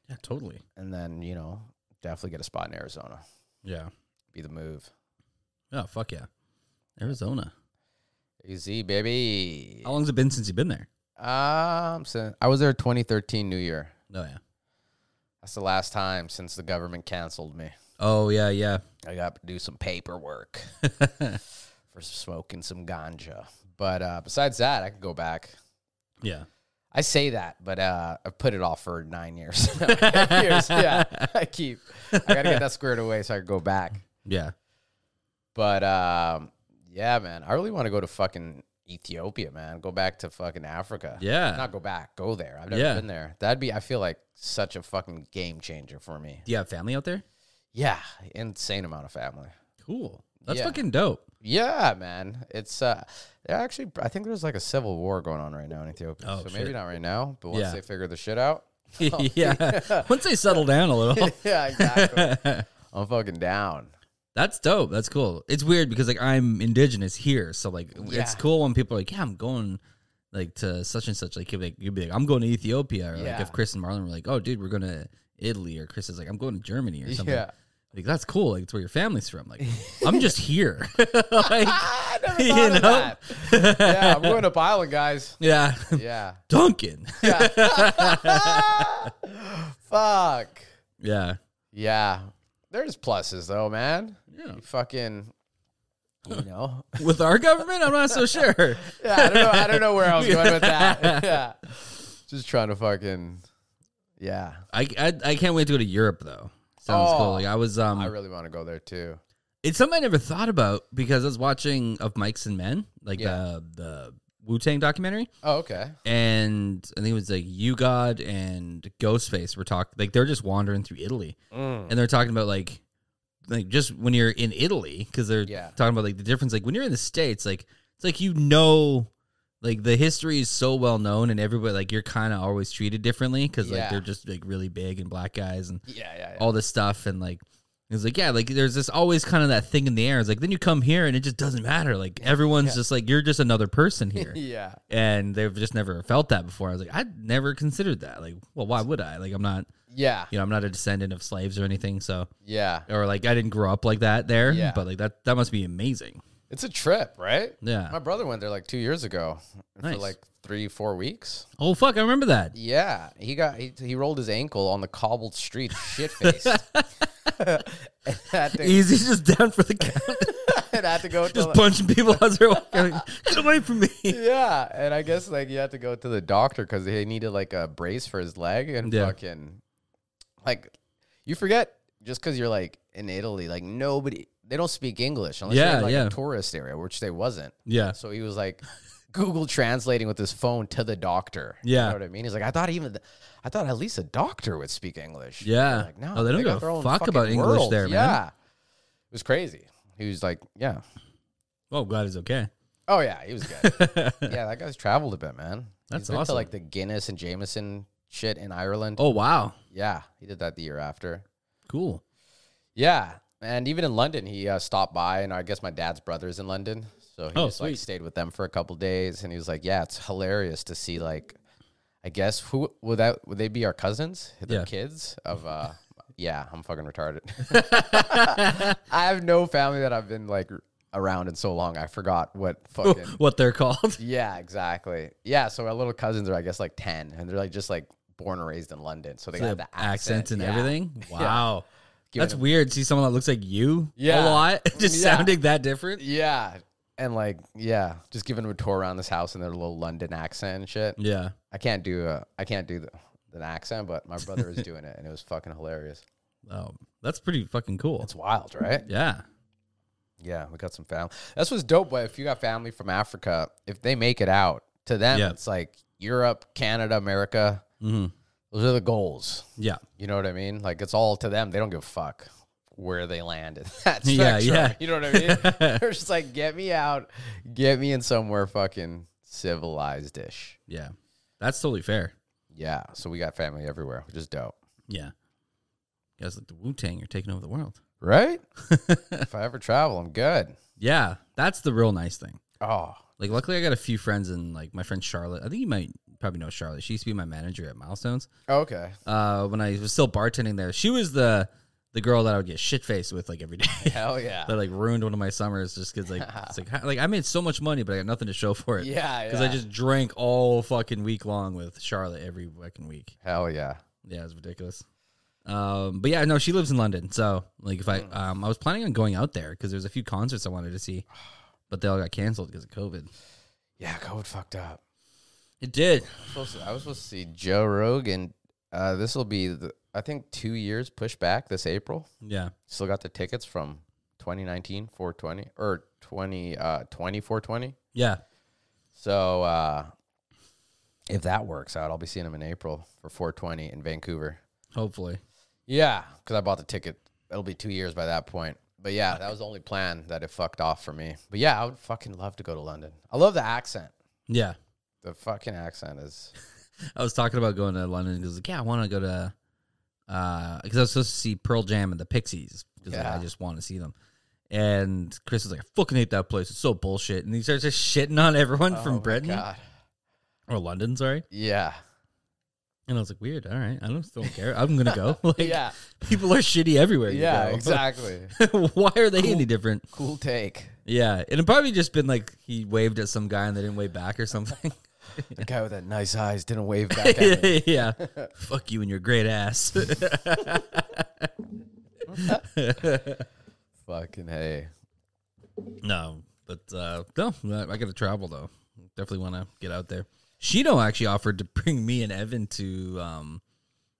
yeah, totally.
And then you know, definitely get a spot in Arizona.
Yeah,
Be the move.
oh fuck yeah, Arizona.
AZ baby.
How long's it been since you've been there?
Um, so I was there 2013 New Year.
Oh yeah,
That's the last time since the government canceled me.
oh yeah, yeah.
I got to do some paperwork for smoking some ganja. But uh, besides that, I could go back.
Yeah,
I say that, but uh, I put it off for nine years. [LAUGHS] Eight years, yeah, I keep. I gotta get that squared away so I can go back.
yeah.
But um, yeah, man, I really want to go to fucking Ethiopia, man. Go back to fucking Africa.
Yeah.
not go back, go there. I've never
Yeah.
been there. That'd be, I feel like, such a fucking game changer for me.
Do you have family out there?
Yeah, insane amount of family.
Cool. That's
Yeah.
fucking dope.
Yeah, man, it's uh, they're actually, I think there's like a civil war going on right now in Ethiopia.
Oh,
so maybe
shit.
not right now, but once
Yeah.
they figure the
[LAUGHS]
shit out, [LAUGHS] Oh,
yeah. [LAUGHS] Once they settle down a little,
yeah, exactly. I'm fucking down.
that's dope. That's cool. It's weird because like I'm indigenous here, so like it's
Yeah.
cool when people are like, yeah, I'm going. Like to such and such, like you'd be like, you'd be like I'm going to Ethiopia, or like
Yeah.
if Chris and Marlon were like, oh dude, we're going to Italy, or Chris is like, I'm going to Germany or something.
Yeah,
Like that's cool. Like it's where your family's from.
[LAUGHS]
Like I'm just here. [LAUGHS] like,
I never thought
[LAUGHS] You
of
know?
that. yeah, I'm going to Island,
[LAUGHS]
guys.
yeah,
Yeah.
Duncan. [LAUGHS]
[LAUGHS] Fuck.
yeah,
Yeah. There's pluses though, man.
Yeah.
You fucking
[LAUGHS]
you know.
with our government, I'm not so sure.
Yeah, I don't know I don't know where I was going
[LAUGHS]
with that. [LAUGHS] Yeah. Just trying to fucking Yeah.
I, I I can't wait to go to Europe though. Sounds cool.
Oh.
Like I was um,
I really want to go there too.
it's something I never thought about because I was watching of Mikes and Men, like
Yeah.
the the Wu Tang documentary,
Oh, okay.
and I think it was like You God and Ghostface were talking. Like they're just wandering through Italy,
Hmm.
and they're talking about like like just when you're in Italy because they're
Yeah.
talking about like the difference. Like when you're in the states, like it's like you know, like the history is so well known, and everybody like you're kind of always treated differently because like
Yeah.
they're just like really big and black guys and
Yeah, yeah, [LAUGHS] yeah.
all this stuff and like it's like yeah like there's this always kind of that thing in the air it's like then you come here and it just doesn't matter like everyone's just like you're just another person here
[LAUGHS] Yeah.
and they've just never felt that before i was like i never considered that like well why would i like i'm not
Yeah.
you know i'm not a descendant of slaves or anything so
Yeah.
or like i didn't grow up like that there
Yeah.
but like that that must be amazing
It's a trip, right?
Yeah.
My brother went there like two years ago
Nice.
for like three, four weeks.
oh fuck i remember that
Yeah, he got he, he rolled his ankle on the cobbled
[LAUGHS]
[LAUGHS] street, shit faced.
easy just down for the count
[LAUGHS] and I had to go to
Just
like-
punching people as they're walking. [LAUGHS] Like, Get away from
[LAUGHS]
me.
yeah, and I guess like you had to go to the doctor because he needed like a brace for his leg and
Yeah.
fucking like you forget just because you're like in Italy, like nobody they don't speak English unless you're
Yeah,
in like
yeah.
a tourist area, which they wasn't.
Yeah.
So he was like Google translating with his phone to the doctor.
Yeah.
you know what I mean. He's like, I thought even the, I thought at least a doctor would speak English.
Yeah.
like no,
Oh, they don't
got
give a
their own
fuck
fucking
about English
world.
there, man.
Yeah, it was crazy. He was like, yeah,
Oh, glad he's okay. [LAUGHS]
oh yeah, he was good yeah, that guy's traveled a bit, man.
That's
He's been
awesome.
To like the Guinness and Jameson shit in Ireland.
oh, wow.
Yeah, he did that the year after.
Cool.
Yeah, and even in London, he uh, stopped by, and I guess my dad's brother's in London, so he
Oh,
just
sweet.
like stayed with them for a couple days, and he was like, "Yeah, it's hilarious to see like, I guess who would that would they be our cousins, their
Yeah.
kids of uh." Yeah, I'm fucking
[LAUGHS]
retarded. I have no family that I've been like around in so long. I forgot what
[LAUGHS]
fucking
what they're
[LAUGHS]
called.
Yeah, exactly. Yeah, so my little cousins are, I guess, like ten, and they're like just like born and raised in London, so they
The
got the accent
accents and
[LAUGHS] yeah.
everything. Wow.
Giving
That's
them-
weird. See someone that looks like you a
Yeah.
lot, [LAUGHS] just
Yeah.
sounding that different.
Yeah, and like yeah, just giving them a tour around this house in their little London accent and shit.
Yeah.
I can't do a, I can't do the, an accent, but my brother is doing it, and it was fucking hilarious.
Oh, that's pretty fucking cool.
It's wild, right?
Yeah.
Yeah, we got some family. That's what's dope. But if you got family from Africa, if they make it out to them,
Yeah.
it's like Europe, Canada, America.
hmm
Those are the goals. [LAUGHS]
Yeah.
You know what I mean? Like it's all to them. They don't give a fuck where they land [LAUGHS] in that
Yeah,
spectrum.
yeah.
You know what I mean? [LAUGHS] They're just like, get me out, get me in somewhere fucking civilized ish.
[LAUGHS] Yeah. That's totally fair.
Yeah. So we got family everywhere, which is dope.
Yeah. Guys like the Wu Tang are taking over the world.
Right? [LAUGHS] if I ever travel, I'm good.
Yeah. That's the real nice thing.
Oh.
Like, luckily, I got a few friends, and like my friend Charlotte. I think you might probably know Charlotte. She used to be my manager at Milestones.
Okay.
Uh, when I was still bartending there, she was the the girl that I would get shit faced with like every [LAUGHS] day.
Hell yeah.
that like ruined one of my summers just because [LAUGHS] like it's like how- like I made so much money, but I got nothing to show for it.
Yeah.
because
yeah.
I just drank all fucking week long with Charlotte every fucking week.
Hell yeah.
Yeah, it's ridiculous. Um, but yeah, no, she lives in London, so like if I um I was planning on going out there because there's a few concerts I wanted to see, but they all got canceled because of COVID.
Yeah, COVID fucked up.
It did.
I'm supposed to- I was supposed to see Joe Rogan. Uh, this will be, the, I think, two years pushed back this April.
Yeah.
still got the tickets from 2019 420 or 20 uh 20 420
Yeah.
so uh if that works out i'll be seeing them in april for 420 in vancouver
Hopefully.
yeah because i bought the ticket it'll be two years by that point but yeah that was the only plan that it fucked off for me but yeah i would fucking love to go to london i love the accent
Yeah.
the fucking accent [LAUGHS] is
I was talking about going to London because like, yeah, I want to go to because I was supposed to see Pearl Jam and the Pixies because
Yeah.
I just want to see them. And Chris was like, I fucking hate that place. It's so bullshit. And he starts just shitting on everyone
Oh
from
my
Britain
God.
or London, sorry.
yeah
And I was like, weird. All right, I don't still care. I'm gonna go. [LAUGHS] Like,
yeah
people are shitty everywhere. you
yeah
go.
exactly
[LAUGHS] Why are they any different?
[LAUGHS] cool take
Yeah, and it probably just been like he waved at some guy and they didn't wave back or something.
the guy with that nice eyes didn't wave [LAUGHS] back at me
[LAUGHS] yeah. Fuck you and your great ass. [LAUGHS]
Fucking hey.
No, but uh, no, I got to travel though. Definitely want to get out there. Shino actually offered to bring me and Evan to um,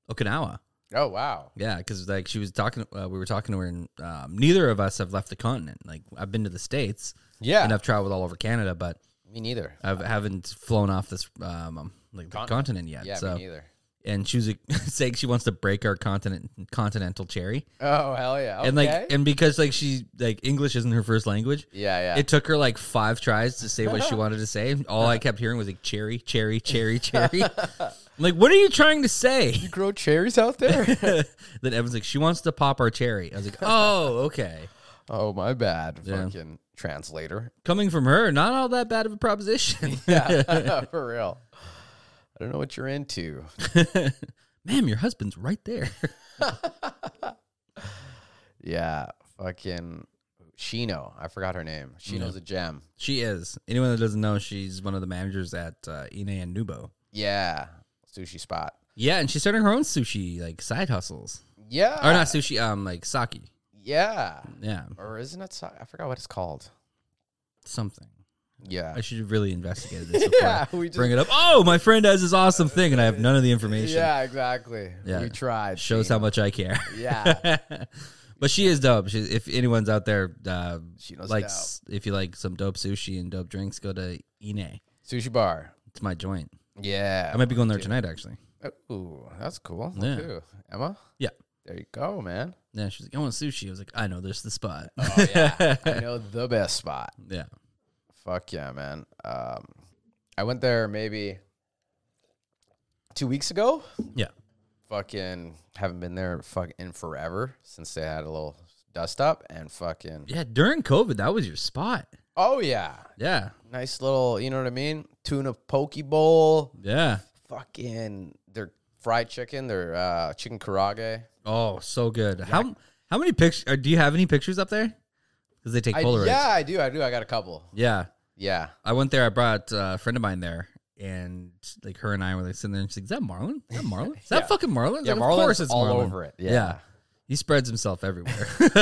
Okinawa.
Oh wow.
Yeah, because like she was talking, uh, we were talking to her, and um, neither of us have left the continent. Like I've been to the states
Yeah.
and I've traveled all over Canada, but
me neither.
I haven't flown off this um, um, like the continent yet.
Yeah,
so,
me neither.
and she was like, [LAUGHS] saying she wants to break our continent continental cherry,
Oh hell yeah.
and
Okay.
like, and because like she like English isn't her first language,
yeah, yeah.
It took her like five tries to say
[LAUGHS]
what she wanted to say. All I kept hearing was like cherry, cherry, cherry,
[LAUGHS]
cherry. I'm like, what are you trying to say? [LAUGHS]
you grow cherries out there?
then Evan's like, she wants to pop our cherry. I was like, oh, okay.
oh my bad.
Yeah.
Fucking
[LAUGHS]
translator. [LAUGHS]
Coming from her, not all that bad of a proposition. [LAUGHS]
Yeah. For real. I don't know what you're into.
Ma'am, your husband's right there. [LAUGHS]
Yeah. Fucking Shino. I forgot her name.
Mm-hmm.
Shino's a gem.
she is. Anyone that doesn't know, she's one of the managers at uh, Ine and Nubo.
Yeah. Sushi spot.
Yeah, and she's starting her own sushi like side hustles,
Yeah.
or not sushi, um, like sake.
Yeah.
Yeah,
Or isn't it? so- I forgot what it's called.
something.
[LAUGHS] Yeah.
I should have really investigated this. Before
[LAUGHS] Yeah. We
I
just.
bring it up. Oh, my friend has this awesome thing, and I have none of the information.
Yeah. Exactly.
Yeah.
We tried.
shows
Gene.
how much I care. [LAUGHS]
Yeah.
but she is dope. She, if anyone's out there, uh,
She knows
likes if you like some dope sushi and dope drinks, go to Ine.
Sushi bar.
It's my joint.
Yeah.
I might be going there tonight, actually.
Ooh, that's cool.
Yeah.
Too. Emma.
Yeah.
There you go, man.
Yeah, she's like, I want sushi. I was like, I know, there's the spot.
Oh yeah. I know the best spot.
[LAUGHS] yeah,
Fuck yeah, man. Um, I went there maybe two weeks ago.
yeah,
Fucking haven't been there fucking in forever since they had a little dust up and fucking.
yeah. During COVID, that was your spot.
Oh yeah,
Yeah,
nice little. You know what I mean? Tuna poke bowl.
yeah.
Fucking their fried chicken. Their uh, chicken karage.
Oh, so good. How how many pictures? Do you have any pictures up there? Because they take
I,
Polaroids.
yeah, I do. I do. I got a couple.
yeah.
Yeah.
I went there. I brought uh, a friend of mine there, and like her and I were like sitting there. And she's like, "Is that Marlon? Is that Marlon? Is that fucking Marlon?" I was
Yeah,
like,
Marlon's
of course it's
all
Marlon."
over it.
Yeah.
Yeah.
he spreads himself
[LAUGHS]
everywhere. [LAUGHS]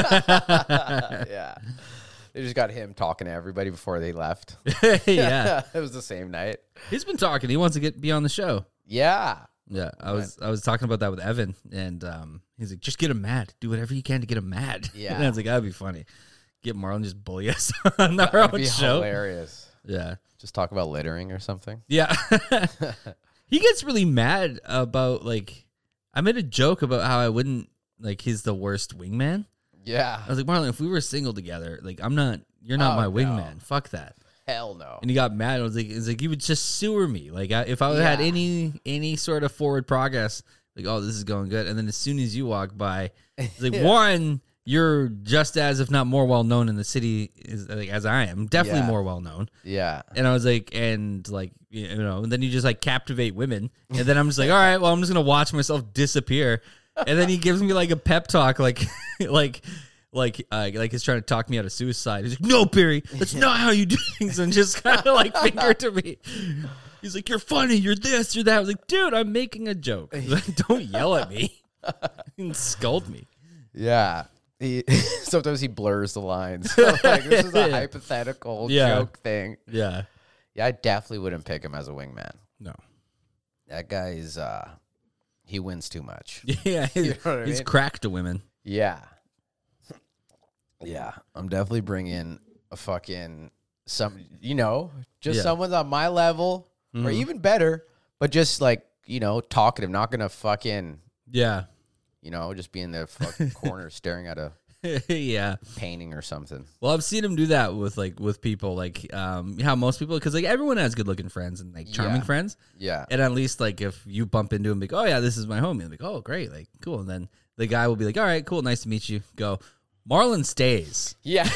yeah. They just got him talking to everybody before they left.
yeah,
[LAUGHS] it was the same night.
he's been talking. He wants to get be on the show. [LAUGHS]
Yeah.
Yeah, I was I was talking about that with Evan, and um, he's like, "Just get him mad. Do whatever you can to get him mad." [LAUGHS]
Yeah.
and I was like, "That'd be funny. Get Marlon just bully us [LAUGHS] on our
That'd
own
be
show."
hilarious.
Yeah,
Just talk about littering or something.
Yeah. [LAUGHS] he gets really mad about like I made a joke about how I wouldn't like he's the worst wingman.
Yeah.
I was like, Marlon, if we were single together, like I'm not you're not
Oh,
my
no.
wingman. Fuck that.
Hell no.
And he got mad. I was like, "It's like you would just sewer me. Like I, if I had
Yeah.
any any sort of forward progress, like oh this is going good." And then as soon as you walk by, it's
[LAUGHS]
like one, you're just as if not more well known in the city is like as I am, definitely
Yeah.
more well known.
Yeah.
And I was like, and like, you know, and then you just like captivate women. And then I'm just like, all right, well, I'm just going to watch myself disappear. And then he gives me like a pep talk, like, [LAUGHS] like, like, uh, like he's trying to talk me out of suicide. He's like, no, Barry, that's not how you do things. And just kind of [LAUGHS] like finger to me. He's like, you're funny, you're this, you're that. I was like, dude, I'm making a joke. [LAUGHS] He's like, Don't yell at me [LAUGHS] and scold me.
Yeah. He, [LAUGHS] sometimes he blurs the lines. [LAUGHS] like, this
[LAUGHS]
is a hypothetical
Yeah.
joke thing.
Yeah.
Yeah, I definitely wouldn't pick him as a wingman.
No. [LAUGHS]
That guy is, uh, he wins too much.
Yeah. He's,
You know what I
he's
mean?
cracked to women.
Yeah. Yeah. I'm definitely bringing a fucking some, you know, just
Yeah. Mm-hmm.
someone's on my level or even better, but just like, you know, talkative, not going to fucking,
Yeah. [LAUGHS]
you know, just be in the fucking corner staring at a
yeah.
painting or something.
Well, I've seen him do that with like with people, like um, how most people, because like everyone has good looking friends and like charming
Yeah.
friends, [LAUGHS]
Yeah.
and at least like if you bump into him, like oh yeah, this is my homie, like oh great, like cool, and then the guy will be like all right, cool, nice to meet you, go. Marlon
[LAUGHS]
stays,
Yeah.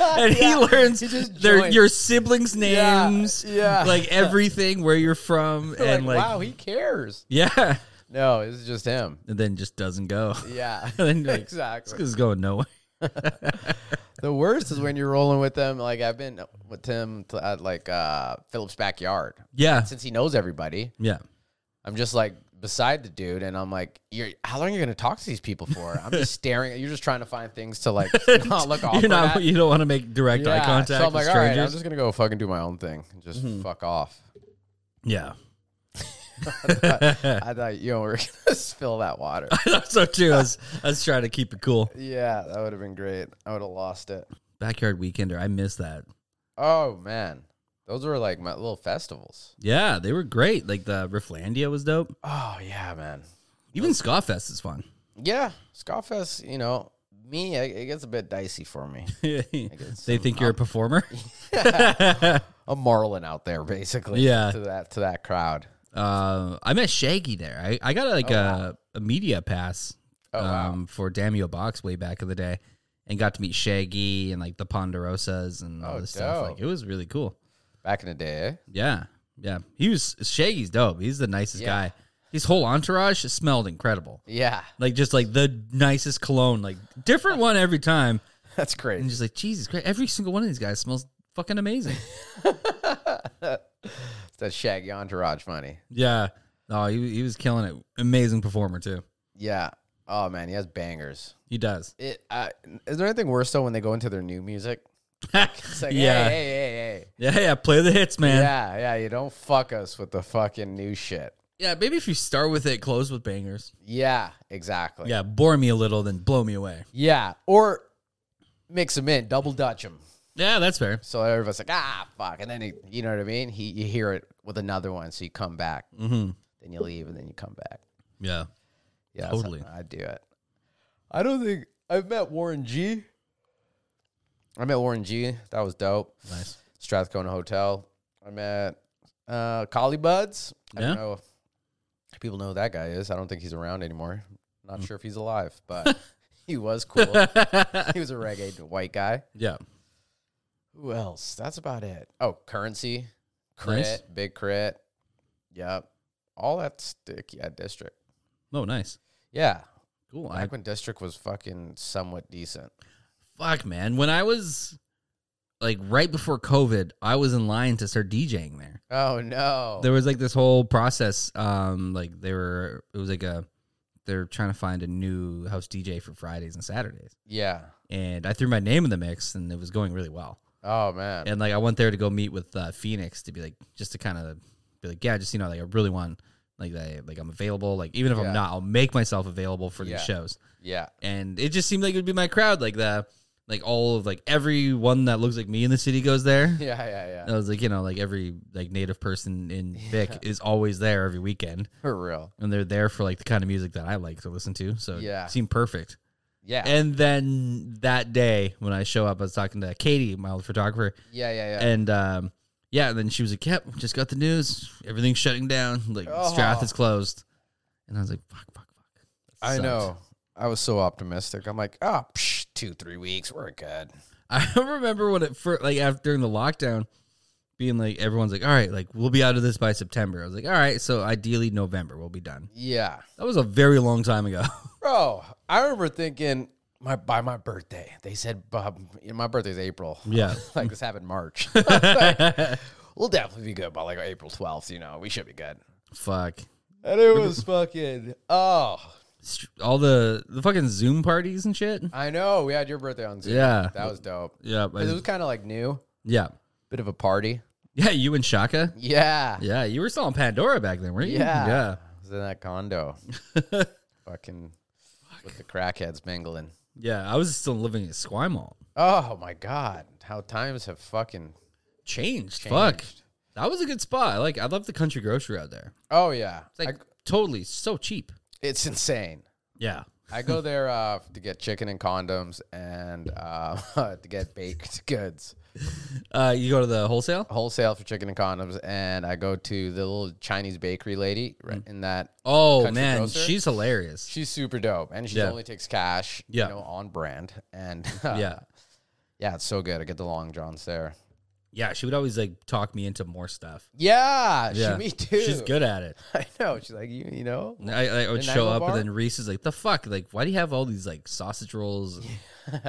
and he learns
[LAUGHS] he just
their
joined.
your siblings'
Yeah,
names,
yeah. [LAUGHS]
like everything, where you're from, and like,
wow, he cares.
yeah,
No, it's just him.
and then just doesn't
[LAUGHS]
go.
Yeah.
[LAUGHS] And then, like,
[LAUGHS] exactly.
It's going nowhere.
The worst is when you're rolling with them. Like I've been with him to, at like uh Philip's backyard
Yeah,
since he knows everybody.
yeah,
I'm just like beside the dude, and I'm like, "You're how long are you gonna talk to these people for?" I'm just staring. at You're just trying to find things to like not look awkward.
you're not,
at.
you don't want to make direct eye
Yeah.
contact
So I'm
with
like, all right, I'm
strangers.
just gonna go fucking do my own thing and just fuck off.
yeah. [LAUGHS]
I thought, yo, [LAUGHS] we're gonna spill that water.
I thought so too. I was, I was trying to keep it cool.
yeah, that would have been great. I would have lost it.
Backyard Weekender. I miss that.
Oh man, those were like my little festivals.
Yeah, they were great. Like the Rifflandia was dope.
Oh yeah, man.
Even Scoffest is fun.
Yeah, Scoffest. You know me, it it gets a bit dicey for me. [LAUGHS] guess
they think you're a performer. [LAUGHS]
A Marlin out there, basically.
Yeah.
to that to that crowd.
Uh, I met Shaggy there. I, I got like a, a media pass
Oh, wow.
um, for Damio Box way back in the day and got to meet Shaggy and like the Ponderosas and all
Oh,
this stuff.
dope.
Like it was really cool.
Back in the day, eh?
Yeah. Yeah. He was Shaggy's dope. He's the nicest
Yeah.
guy. His whole entourage smelled incredible.
Yeah, [LAUGHS]
like just like the nicest cologne, like different one every time.
that's
And
great.
just like Jesus Christ, every single one of these guys smells fucking amazing.
It's that Shaggy entourage money.
yeah. Oh, he, he was killing it. Amazing performer too.
Yeah, Oh man, he has bangers.
He does. [LAUGHS]
It uh, is there anything worse though when they go into their new music?
yeah,
It's like,
Yeah.
hey, hey, hey, hey.
yeah, yeah. Play the hits, man. Yeah.
Yeah, yeah, you don't fuck us with the fucking new shit.
maybe if you start with it, close with bangers.
Yeah, exactly.
Yeah, bore me a little, then blow me away.
Yeah, or mix them in, double dutch them.
Yeah, that's fair.
So everybody's like, ah, fuck. And then, he, you know what I mean? He, you hear it with another one, so you come back.
Mm-hmm.
Then you leave, and then you come back.
Yeah.
Yeah, that's how
Totally.
I do it. I don't think I've met Warren G. I met Warren G. That was dope.
Nice.
Strathcona Hotel. I met uh, Collie Buds. I
Yeah.
don't know if people know who that guy is. I don't think he's around anymore. Not
Mm.
sure if he's alive,
[LAUGHS]
but he was cool. he was a reggae white guy.
yeah.
Who else? That's about it. Oh, currency, crit,
Nice.
big crit. Yep. All that stick. Yeah, district.
Oh, nice.
Yeah.
Cool. I,
Back when district was fucking somewhat decent.
fuck, man. When I was like right before COVID, I was in line to start DJing there.
Oh no.
There was like this whole process. Um, like they were, it was like a, they're trying to find a new house DJ for Fridays and Saturdays.
yeah.
And I threw my name in the mix, and it was going really well.
Oh man.
And like I went there to go meet with uh, Phoenix to be like, just to kind of be like, yeah, just you know, like I really want, like, I, like I'm available. Like even if
Yeah.
I'm not, I'll make myself available for
Yeah.
these shows.
Yeah. [LAUGHS]
and it just seemed like it would be my crowd like the like all of like everyone that looks like me in the city goes there
[LAUGHS] Yeah. Yeah.
i
Yeah.
was like you know like every like native person in vic
Yeah.
is always there every weekend
For real.
and they're there for like the kind of music that i like to listen to so
Yeah.
it seemed perfect
Yeah.
and then that day when i show up i was talking to katie my old photographer
yeah. Yeah. Yeah.
and um yeah and then she was like yep just got the news everything's shutting down like
Oh.
strath is closed and i was like fuck fuck fuck That
I
sucks.
know. I was so optimistic. I'm like, ah, psh, two, three weeks, we're good.
[LAUGHS] I remember when it first, like after during the lockdown, being like everyone's like, "All right, like we'll be out of this by September." I was like, "All right, so ideally November we'll be done."
Yeah.
That was a very long time ago. [LAUGHS]
Bro, I remember thinking my by my birthday. They said Bob, you know, my birthday's April.
Yeah.
[LAUGHS] like this
[LAUGHS]
happened March. I was like, we'll definitely be good by like April 12th. You know, we should be good.
Fuck.
And it was fucking. Oh,
Str- All the the fucking Zoom parties and shit.
I know. We had your birthday on Zoom.
Yeah.
that was dope.
Yeah.
'Cause It was
I-
kind of like new,
yeah.
bit of a party.
Yeah. You and Shaka.
Yeah,
Yeah. You were still on Pandora back then, weren't you?
Yeah. I was in
[LAUGHS]
that condo,
Yeah.
fucking with the crackheads mingling.
yeah. I was still living in Squimalt.
Oh my god, how times have fucking
Changed.
changed.
Fuck. That was a good spot. I Like I love the country grocery out there.
Oh yeah,
It's like
I-
totally so cheap.
it's insane.
Yeah.
I go there uh, to get chicken and condoms and uh, [LAUGHS] to get baked goods
Uh, you go to the wholesale?
wholesale for chicken and condoms, and I go to the little Chinese bakery lady
Mm.
right in that.
Oh
Country
man,
grocer?
she's hilarious.
She's super dope, and she
Yeah.
only takes cash.
Yeah.
you know, on brand, and [LAUGHS]
yeah,
yeah, it's so good. I get the long johns there.
yeah. She would always like talk me into more stuff.
Yeah,
Yeah.
She, me too.
She's good at it.
[LAUGHS] I know. She's like you, you know.
And I, I would
The
show
Nanaimo
up
bar?
and then Reese is like, "The fuck? Like, why do you have all these like sausage rolls? And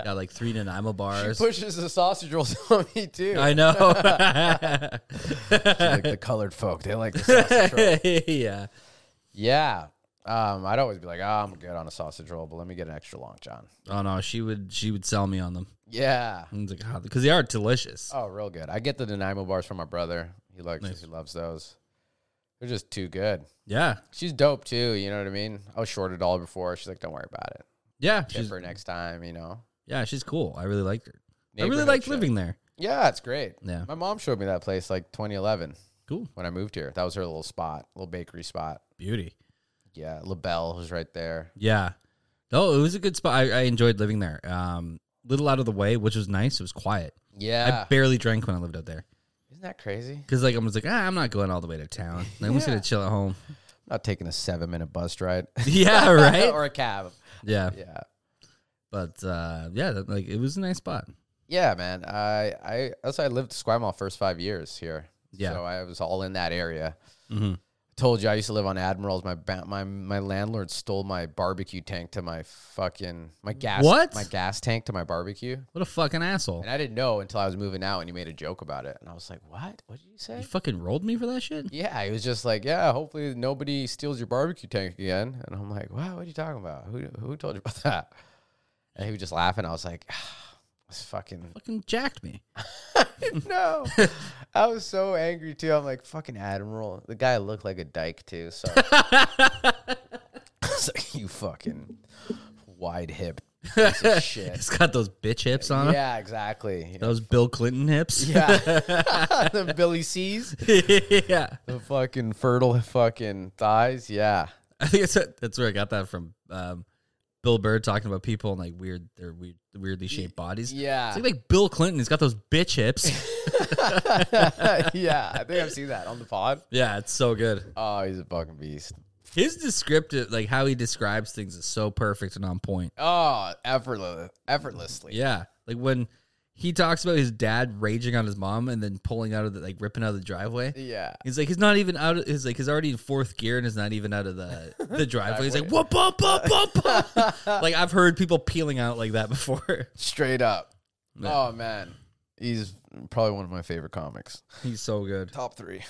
Got like three Nanaimo
[LAUGHS] She
bars.
pushes the sausage rolls [LAUGHS] on me too.
[LAUGHS] I
[LAUGHS]
know.
She's like the colored folk. They like the
[LAUGHS]
sausage roll.
yeah,
Yeah. Um, I'd always be like, oh, I'm good on a sausage roll, but let me get an extra long john.
oh no, she would she would sell me on them.
Yeah.
I was like, because they are delicious.
Oh, real good. I get the Nanaimo bars from my brother. He likes he loves those. They're just too good.
Yeah,
She's dope too, you know what I mean? I was short a dollar before. She's like, Don't worry about it.
yeah,
Tip
she's
her next time, you know.
yeah, she's cool. I really liked her. I really
Neighborhood
liked
shit.
living there.
Yeah, it's great.
Yeah,
My mom showed me that place like twenty eleven
cool,
when I moved here. That was her little spot, little bakery spot.
beauty.
Yeah. LaBelle was right there.
Yeah. No, it was a good spot. I, I enjoyed living there. Um, little out of the way, which was nice. It was quiet.
Yeah.
I barely drank when I lived out there
Isn't that crazy?
because like I was like, ah, I'm not going all the way to town. Like, I'm just
Yeah.
gonna chill at
[LAUGHS]
home. [LAUGHS]
Not taking a seven minute bus ride.
yeah, right.
[LAUGHS] or a cab.
Yeah,
Yeah.
but uh, yeah, that- like it was a nice spot.
Yeah, man. I I that's why I lived Esquimalt first five years here.
Yeah.
So I was all in that area.
Mhm.
told you I used to live on Admirals. My ba- my my landlord stole my barbecue tank to my fucking my gas
What?
my gas tank to my barbecue,
What a fucking asshole.
and I didn't know until I was moving out and he made a joke about it, and I was like, "What? What did you
You
say?"
fucking rolled me for that shit?
Yeah, he was just like, "Yeah, hopefully nobody steals your barbecue tank again," and I'm like, "Wow, what are you talking about? Who who told you about [LAUGHS] that?" And he was just laughing. I was like, "It's fucking
Fucking jacked me. [LAUGHS]
[LAUGHS] no. I was so angry too. I'm like, fucking Admiral. The guy looked like a dyke too. So [LAUGHS] I was like, you fucking wide hip piece of shit.
It's got those bitch hips on him.
yeah, exactly.
Those Bill Clinton hips.
Yeah. [LAUGHS] the Billy C's.
[LAUGHS] yeah.
The fucking fertile fucking thighs. Yeah.
I think that's that's where I got that from. Um, Bill Burr talking about people and like weird, their weird, weirdly shaped bodies.
Yeah.
It's like, like Bill Clinton. He's got those bitch hips.
[LAUGHS] yeah. I think I've seen that on the pod.
[LAUGHS] yeah, it's so good.
Oh, he's a fucking beast.
His descriptive, like how he describes things, is so perfect and on point.
Oh, effortless, effortlessly.
Yeah, like when he talks about his dad raging on his mom and then pulling out of the like ripping out of the driveway.
Yeah.
He's like he's not even out. Of, he's like he's already in fourth gear and is not even out of the [LAUGHS] the driveway. He's like whoop whoop whoop whoop. [LAUGHS] whoop." like I've heard people peeling out like that [LAUGHS] before.
Straight up.
Yeah.
Oh man, he's probably one of my favorite comics.
He's so good.
Top
[LAUGHS]
three.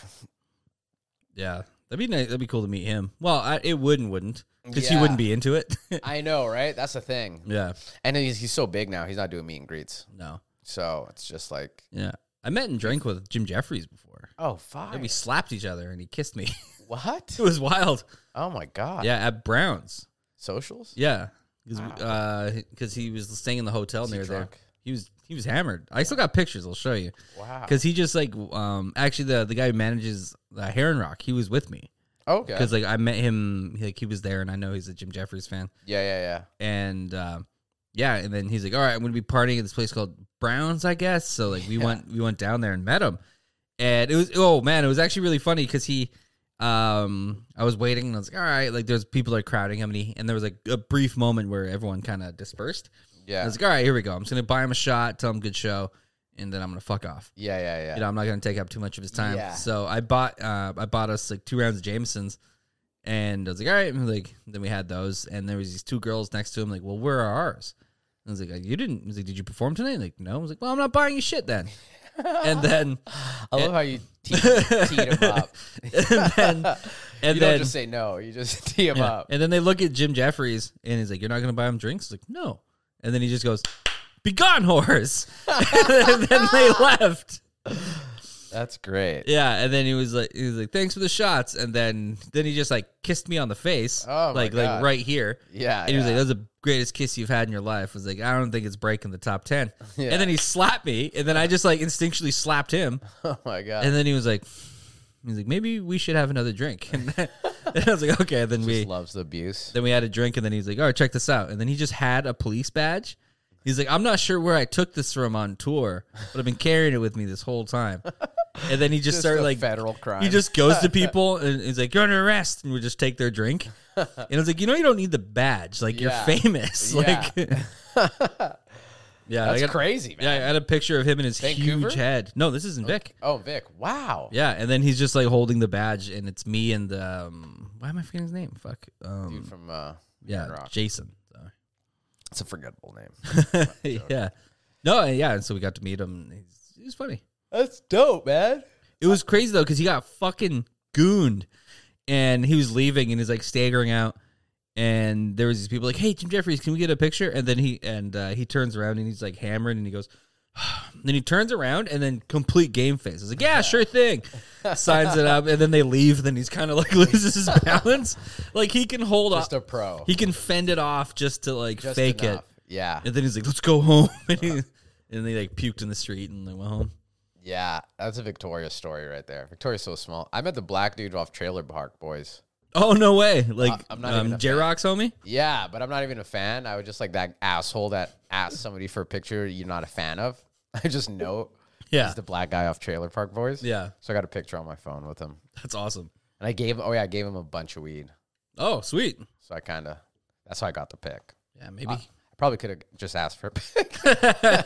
Yeah, that'd be nice. That'd be cool to meet him. Well, I, it wouldn't, wouldn't, because he
Yeah.
wouldn't be into it. [LAUGHS]
I know, right? That's the thing.
yeah,
And he's he's so big now. He's not doing meet and greets,
no,
so it's just like,
yeah. I met and drank with Jim Jeffries before.
oh fine.
And we slapped each other, and he kissed me. [LAUGHS]
what?
it was wild.
Oh my god.
Yeah, at Brown's.
Socials.
Yeah, because he was staying in the hotel
Was he
near there.
drunk?
He was he was hammered. I still got pictures. I'll show you.
Wow.
Because he just like um actually the the guy who manages uh, Heron Rock, he was with me.
Okay.
Because like I met him, like he was there, and I know he's a Jim Jeffries fan.
yeah, yeah, yeah.
and uh, yeah, and then he's like, "All right, I'm gonna be partying at this place called Browns, I guess." So like we
Yeah.
went we went down there and met him, and it was oh man, it was actually really funny because he, um, I was waiting and I was like, "All right," like there's people like crowding him, and, he, and there was like a brief moment where everyone kind of dispersed. I
Yeah.
was like, "All right, here we go. I'm just gonna buy him a shot, tell him good show, and then I'm gonna fuck off."
Yeah, yeah, yeah.
You know, I'm not gonna take up too much of his time.
Yeah.
So I bought uh, I bought us like two rounds of Jamesons, and I was like, all right, and like then we had those, and there was these two girls next to him, like, well, where are ours? And I was like, you didn't. He's like, did you perform tonight? Like, no. I was like, well, I'm not buying you shit
[LAUGHS]
then. and then, [LAUGHS]
I love how you tee, teed him up.
and then, and then,
you don't just say no. You just [LAUGHS] tee
[LAUGHS]
him
yeah.
up.
and then they look at Jim Jeffries, and he's like, you're not gonna buy him drinks? I was like, no. And then he just goes, be gone, whores. [LAUGHS] and then
[LAUGHS]
they left.
That's great.
Yeah, and then he was like, he was like, thanks for the shots, and then then he just like kissed me on the face,
Oh, my
like like
God.
right here,
Yeah.
and he was
yeah.
like, that's the greatest kiss you've had in your life. I was like, I don't think it's breaking the top ten,
[LAUGHS] Yeah.
and then he slapped me, and then I just like instinctually slapped him,
[LAUGHS] oh my god.
and then he was like, he's like, maybe we should have another drink, [LAUGHS] and, then, and I was like, okay, then we
Just loves the abuse.
then we had a drink, and then he's like, all right, check this out, and then he just had a police badge. He's like, I'm not sure where I took this from on tour, but I've been carrying it with me this whole
[LAUGHS]
time. And then he just,
Just
started
a
like
federal crime.
he just goes
[LAUGHS]
to people and he's like, "You're under arrest," and we just take their drink. And it's like, you know, you don't need the badge. Like
Yeah.
you're famous. [LAUGHS]
Yeah.
Like, yeah, I
That's
got,
crazy, man.
Yeah, I had a picture of him and his
Vancouver?
huge head. No, this isn't Vic.
Oh, Vic. Wow.
Yeah, and then he's just like holding the badge, and it's me and um, why am I forgetting his name? Fuck. Um,
Dude from uh,
yeah,
Iron Rock.
Jason.
It's a forgettable name.
[LAUGHS] Sorry. yeah. No, and yeah, and so we got to meet him. and He's, he was funny.
That's dope, man.
It was crazy though because he got fucking gooned, and he was leaving and he's like staggering out, and there was these people like, "Hey, Jim Jeffries, can we get a picture?" And then he and uh, he turns around and he's like hammering and he goes. [SIGHS] Then he turns around and then complete game face. He's like, "Yeah, sure
[LAUGHS]
thing." Signs it up, and then they leave. Then he's kind of like [LAUGHS] loses
[LAUGHS]
his balance. Like he can hold
Just
off,
a pro.
he can fend it off just to like
Just
fake
enough. Uh-huh. Yeah.
it. And then he's like, "Let's go home," [LAUGHS] and, he, and they like puked in the street and they went home.
Yeah. That's a Victoria story right there. Victoria's so small. I met the black dude off Trailer Park Boys.
Oh no way! Like
Uh, I'm not even
um,
a
J Rock's homie.
Yeah, but I'm not even a fan. I was just like that asshole that asked somebody for a picture you're not a fan of. [LAUGHS] I just know
Yeah,
he's the black guy off Trailer Park Boys.
yeah,
So I got a picture on my phone with him.
that's awesome.
And I gave oh yeah, I gave him a bunch of weed.
Oh sweet.
So I kind of that's how I got the pic.
Yeah, maybe.
I probably could have just asked for a [LAUGHS] pic.
I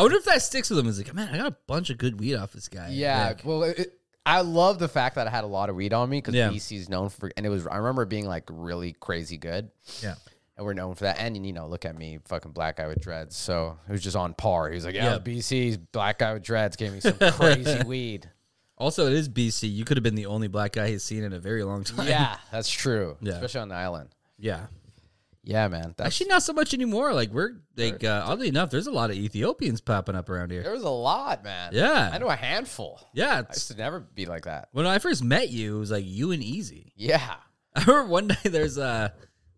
wonder if that sticks with him. He's like, man, I got a bunch of good weed off this guy.
yeah.
Like,
Well, it, I love the fact that I had a lot of weed on me because
Yeah.
BC is known for, and it was. I remember it being like really crazy good,
Yeah.
and we're known for that. And you know, look at me, fucking black guy with dreads. So it was just on par. He was like, "Yeah,
Yeah.
BC's black guy with dreads gave me some
[LAUGHS]
crazy weed."
Also, it is BC. You could have been the only black guy he's seen in a very long time.
Yeah, that's true.
Yeah.
especially on the island.
Yeah.
Yeah, man. That's,
Actually, not so much anymore. Like, we're, like, uh, oddly enough, there's a lot of Ethiopians popping up around here.
there was a lot, man.
Yeah.
I know a handful.
Yeah.
I
it's-
used to never be like that.
when I first met you, it was like you and Easy.
Yeah,
[LAUGHS] I remember one day there's, uh,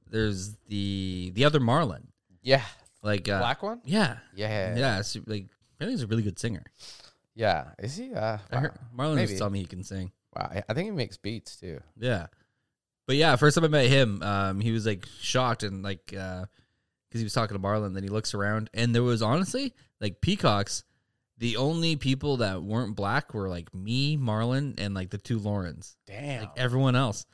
there's the, the other Marlin.
yeah.
Like, uh,
Black one.
Yeah.
Yeah, yeah.
Yeah. so, like, apparently he's a really good singer.
Is he? Uh,
I heard Marlon
Maybe.
was telling me he can sing.
wow. I- I think he makes beats too.
Yeah. But yeah, first time I met him, um, he was like shocked and like because he was talking to Marlon. Then he looks around and there was honestly like peacocks. The only people that weren't black were like me, Marlon, and like the two Laurens.
Damn.
Everyone else.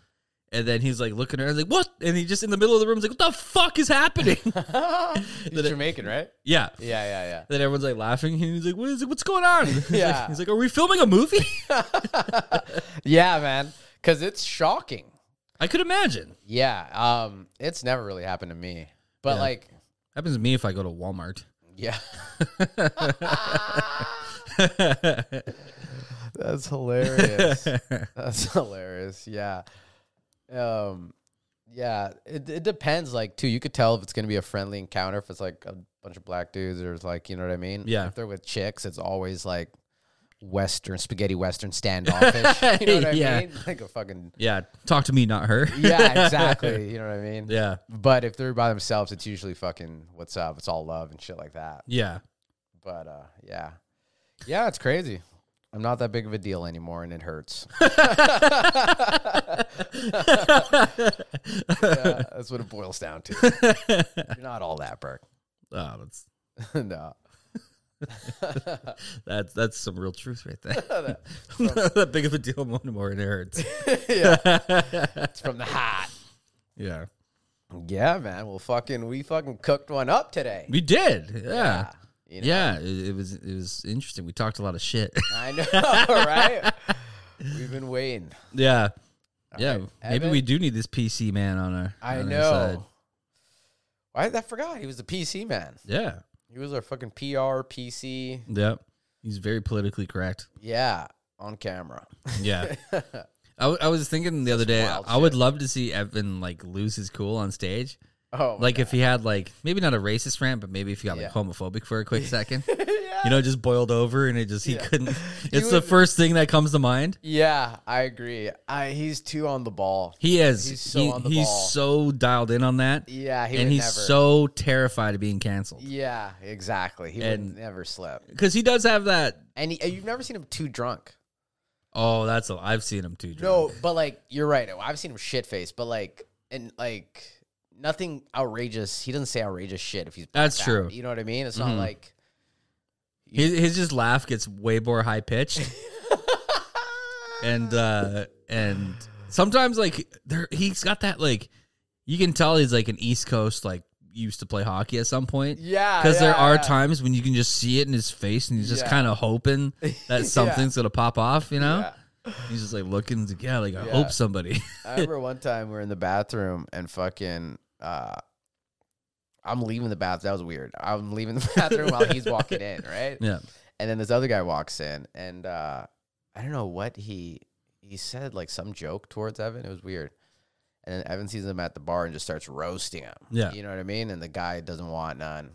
And then he's like looking around, like what? And he just in the middle of the room is like, "What the fuck is
[LAUGHS]
happening?" [LAUGHS]
He's Jamaican, right?
yeah.
Yeah, yeah,
Then everyone's like laughing. And he's like, "What is it? What's going on?" [LAUGHS] He's like-
Yeah.
he's like, "Are we filming a movie?" [LAUGHS]
yeah. Yeah, man. Because it's shocking.
I could imagine.
Yeah. Um, it's never really happened to me. But
Yeah.
like,
Happens to me if I go to Walmart.
yeah. [LAUGHS] That's hilarious. That's hilarious. Yeah. Um, yeah. It, it depends. Like, too, you could tell if it's gonna be a friendly encounter. If it's like a bunch of black dudes, or it's like, you know what I mean?
Yeah.
If they're with chicks, it's always like Western spaghetti Western
[LAUGHS]
standoffish. you know what I
Yeah.
mean? Like a fucking.
[LAUGHS] yeah, talk to me, not her. [LAUGHS]
Yeah, exactly. you know what I mean?
yeah,
But if they're by themselves, it's usually fucking what's up. It's all love and shit like that.
yeah, [LAUGHS]
But uh, yeah, yeah, it's crazy. I'm not that big of a deal anymore, and
[LAUGHS]
it hurts. Yeah, that's what it boils down to. You're not all that, Burke. [LAUGHS]
Oh, that's
no, [LAUGHS]
that's that's some real truth right there. [LAUGHS] Not that big of a deal more and more it hurts.
it's from the hot.
Yeah,
Yeah, man. Well, fucking, we fucking cooked one up today.
we did. Yeah,
You know,
yeah. It, it was it was interesting. We talked a lot of shit. [LAUGHS]
I know, [LAUGHS] right? We've been waiting.
yeah, yeah. Maybe
Evan?
we do need this PC man on our.
I
on our side.
know. Why? I forgot. He was the PC man.
Yeah,
He was our fucking PR PC.
yeah. He's very politically correct.
Yeah, on camera. [LAUGHS]
Yeah. I, w- I was thinking the other day,
wild
I would love to see Evan like lose his cool on stage.
Oh,
Like if he had like maybe not a racist rant, but maybe if he got
Yeah.
like homophobic for a
[LAUGHS]
quick second,
[LAUGHS] yeah.
you know, just boiled over and it just he
[LAUGHS]
couldn't. It's the
would-
first thing that comes to mind.
Yeah, I agree. I he's too on the ball.
He is.
He's so
he-
on the
he's
ball.
so dialed in on that,
Yeah, he
and
would
he's
never.
so terrified of being canceled
yeah, exactly. He
And-
would never slip.
because he does have that.
And he, you've never seen him too drunk.
Oh, that's a, I've seen him too.
No, but like you're right. I've seen him shit face, but like and like nothing outrageous. He doesn't say outrageous shit if he's
That's
blacked
true.
out. You know what I mean? It's
Mhm.
not
[LAUGHS]
like
his, his just laugh gets way more high pitched and uh and sometimes like there he's got that like you can tell he's like an east coast like used to play hockey at some point
yeah,
because there
yeah,
are
yeah.
times when you can just see it in his face and he's just
Yeah.
kind of
[LAUGHS]
hoping that something's gonna pop off you know
Yeah.
he's just like looking to yeah like i
Yeah.
hope somebody [LAUGHS]
I remember one time we were in the bathroom and fucking uh I'm leaving the bath. That was weird. I'm leaving the [LAUGHS] bathroom while he's walking in, right?
yeah
And then this other guy walks in and uh I don't know what he he said like some joke towards Evan. It was weird. And then Evan sees him at the bar and just starts roasting him.
Yeah.
You know what I mean? And the guy doesn't want none.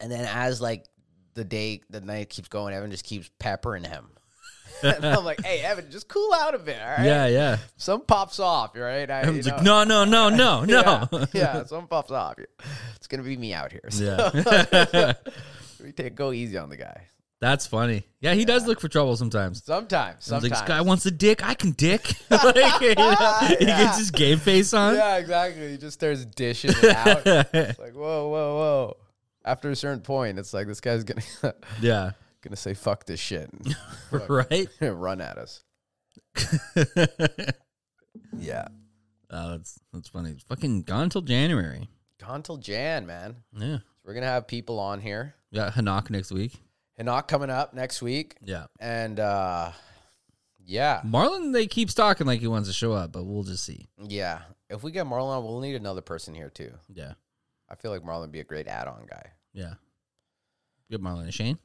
And then as like the day the night keeps going, Evan just keeps peppering him. [LAUGHS] and I'm like, hey Evan, just cool out a bit, all right? [LAUGHS]
yeah yeah
some pops off, right?
[LAUGHS]
I,
i'm
you
like
know-
no no no no no
[LAUGHS] yeah,
[LAUGHS]
yeah, some pops off. It's gonna be me out here. [LAUGHS] So
yeah. [LAUGHS]
we take go easy on the guy.
that's funny yeah he does look for trouble sometimes Sounds
Sometimes, sometimes.
Like, this guy wants a dick. I can dick. [LAUGHS] like, you know, He gets
[LAUGHS]
his game face on. [LAUGHS]
yeah, exactly. He just starts dishing it out. it's like whoa, whoa, whoa. After a certain point, it's like this guy's gonna [LAUGHS]
Yeah.
gonna say fuck this shit
[LAUGHS] Right? [LAUGHS]
and [LAUGHS] run at us. Yeah,
Oh, that's that's funny. It's fucking gone till January.
gone till Jan, man.
Yeah.
We're gonna have people on here.
We got Hanok next week.
Hanok coming up next week,
Yeah.
and uh Yeah.
Marlon, they keeps talking like he wants to show up, but we'll just see.
Yeah. If we get Marlon, we'll need another person here too.
Yeah.
I feel like Marlon would be a great add on guy.
Yeah. Good Marlon and Shane.
Ah,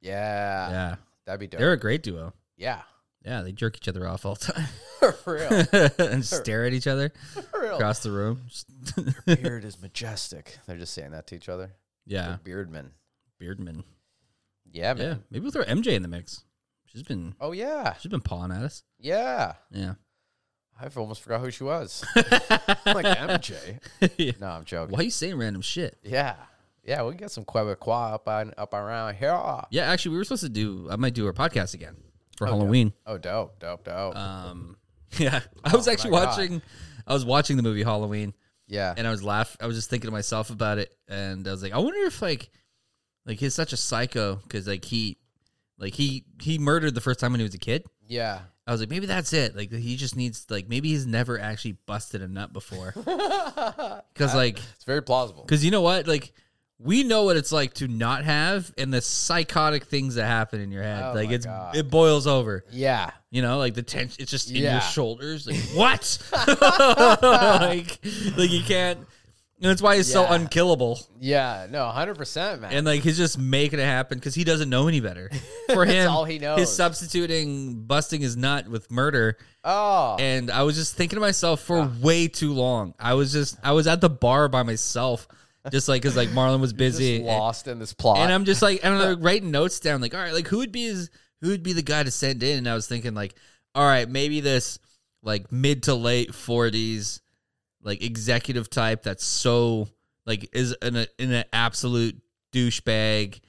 Yeah.
yeah.
That'd be dope.
They're a great duo. [LAUGHS]
yeah. [LAUGHS]
Yeah, they jerk each other off all the time
For real.
[LAUGHS] and stare at each other
For real.
across the room. Just- [LAUGHS]
Beard is majestic. They're just saying that to each other.
yeah,
Beardman.
Beardman.
Yeah, man.
Yeah, maybe we'll throw MJ in the mix. She's been
Oh yeah.
she's been pawing at us.
Yeah.
Yeah,
I almost forgot who
[LAUGHS]
she was. I'm like MJ.
Yeah.
No, I'm joking.
Why are you saying random shit?
Yeah. Yeah, we can get some Quebecois up on up around here. Oh,
Yeah, actually, we were supposed to do. I might do our podcast again for Halloween.
Oh, dope, dope, dope.
Um, [LAUGHS] yeah, I was actually
oh my God.
watching. I was watching the movie Halloween,
yeah.
and I was laugh. I was just thinking to myself about it, and I was like, I wonder if like, like he's such a psycho because like he, like he he murdered the first time when he was a kid.
yeah.
I was like, maybe that's it. Like he just needs like maybe he's never actually busted a nut
[LAUGHS]
before because like
It's very plausible.
Because you know what? Like, we know what it's like to not have and the psychotic things that happen in your head.
Oh
like,
my
it's
God.
it boils over.
Yeah.
You know, like the tension, it's just in
Yeah.
your shoulders.
[LAUGHS]
Like, what? [LAUGHS] like, like you can't. And that's why he's so
Yeah.
unkillable.
Yeah. No, 100%, man.
And like he's just making it happen because he doesn't know any
[LAUGHS]
better. For him,
all he knows.
He's substituting busting his nut with murder.
oh.
And I was just thinking to myself for way too long. I was just I was at the bar by myself, just like because like Marlon was
Just
busy.
lost in this plot.
and I'm just like, and
[LAUGHS]
I'm like writing notes down, like, all right, like who would be his, who would be the guy to send in? And I was thinking, like, all right, maybe this like mid to late forties, like executive type that's so like is in a in an absolute douchebag,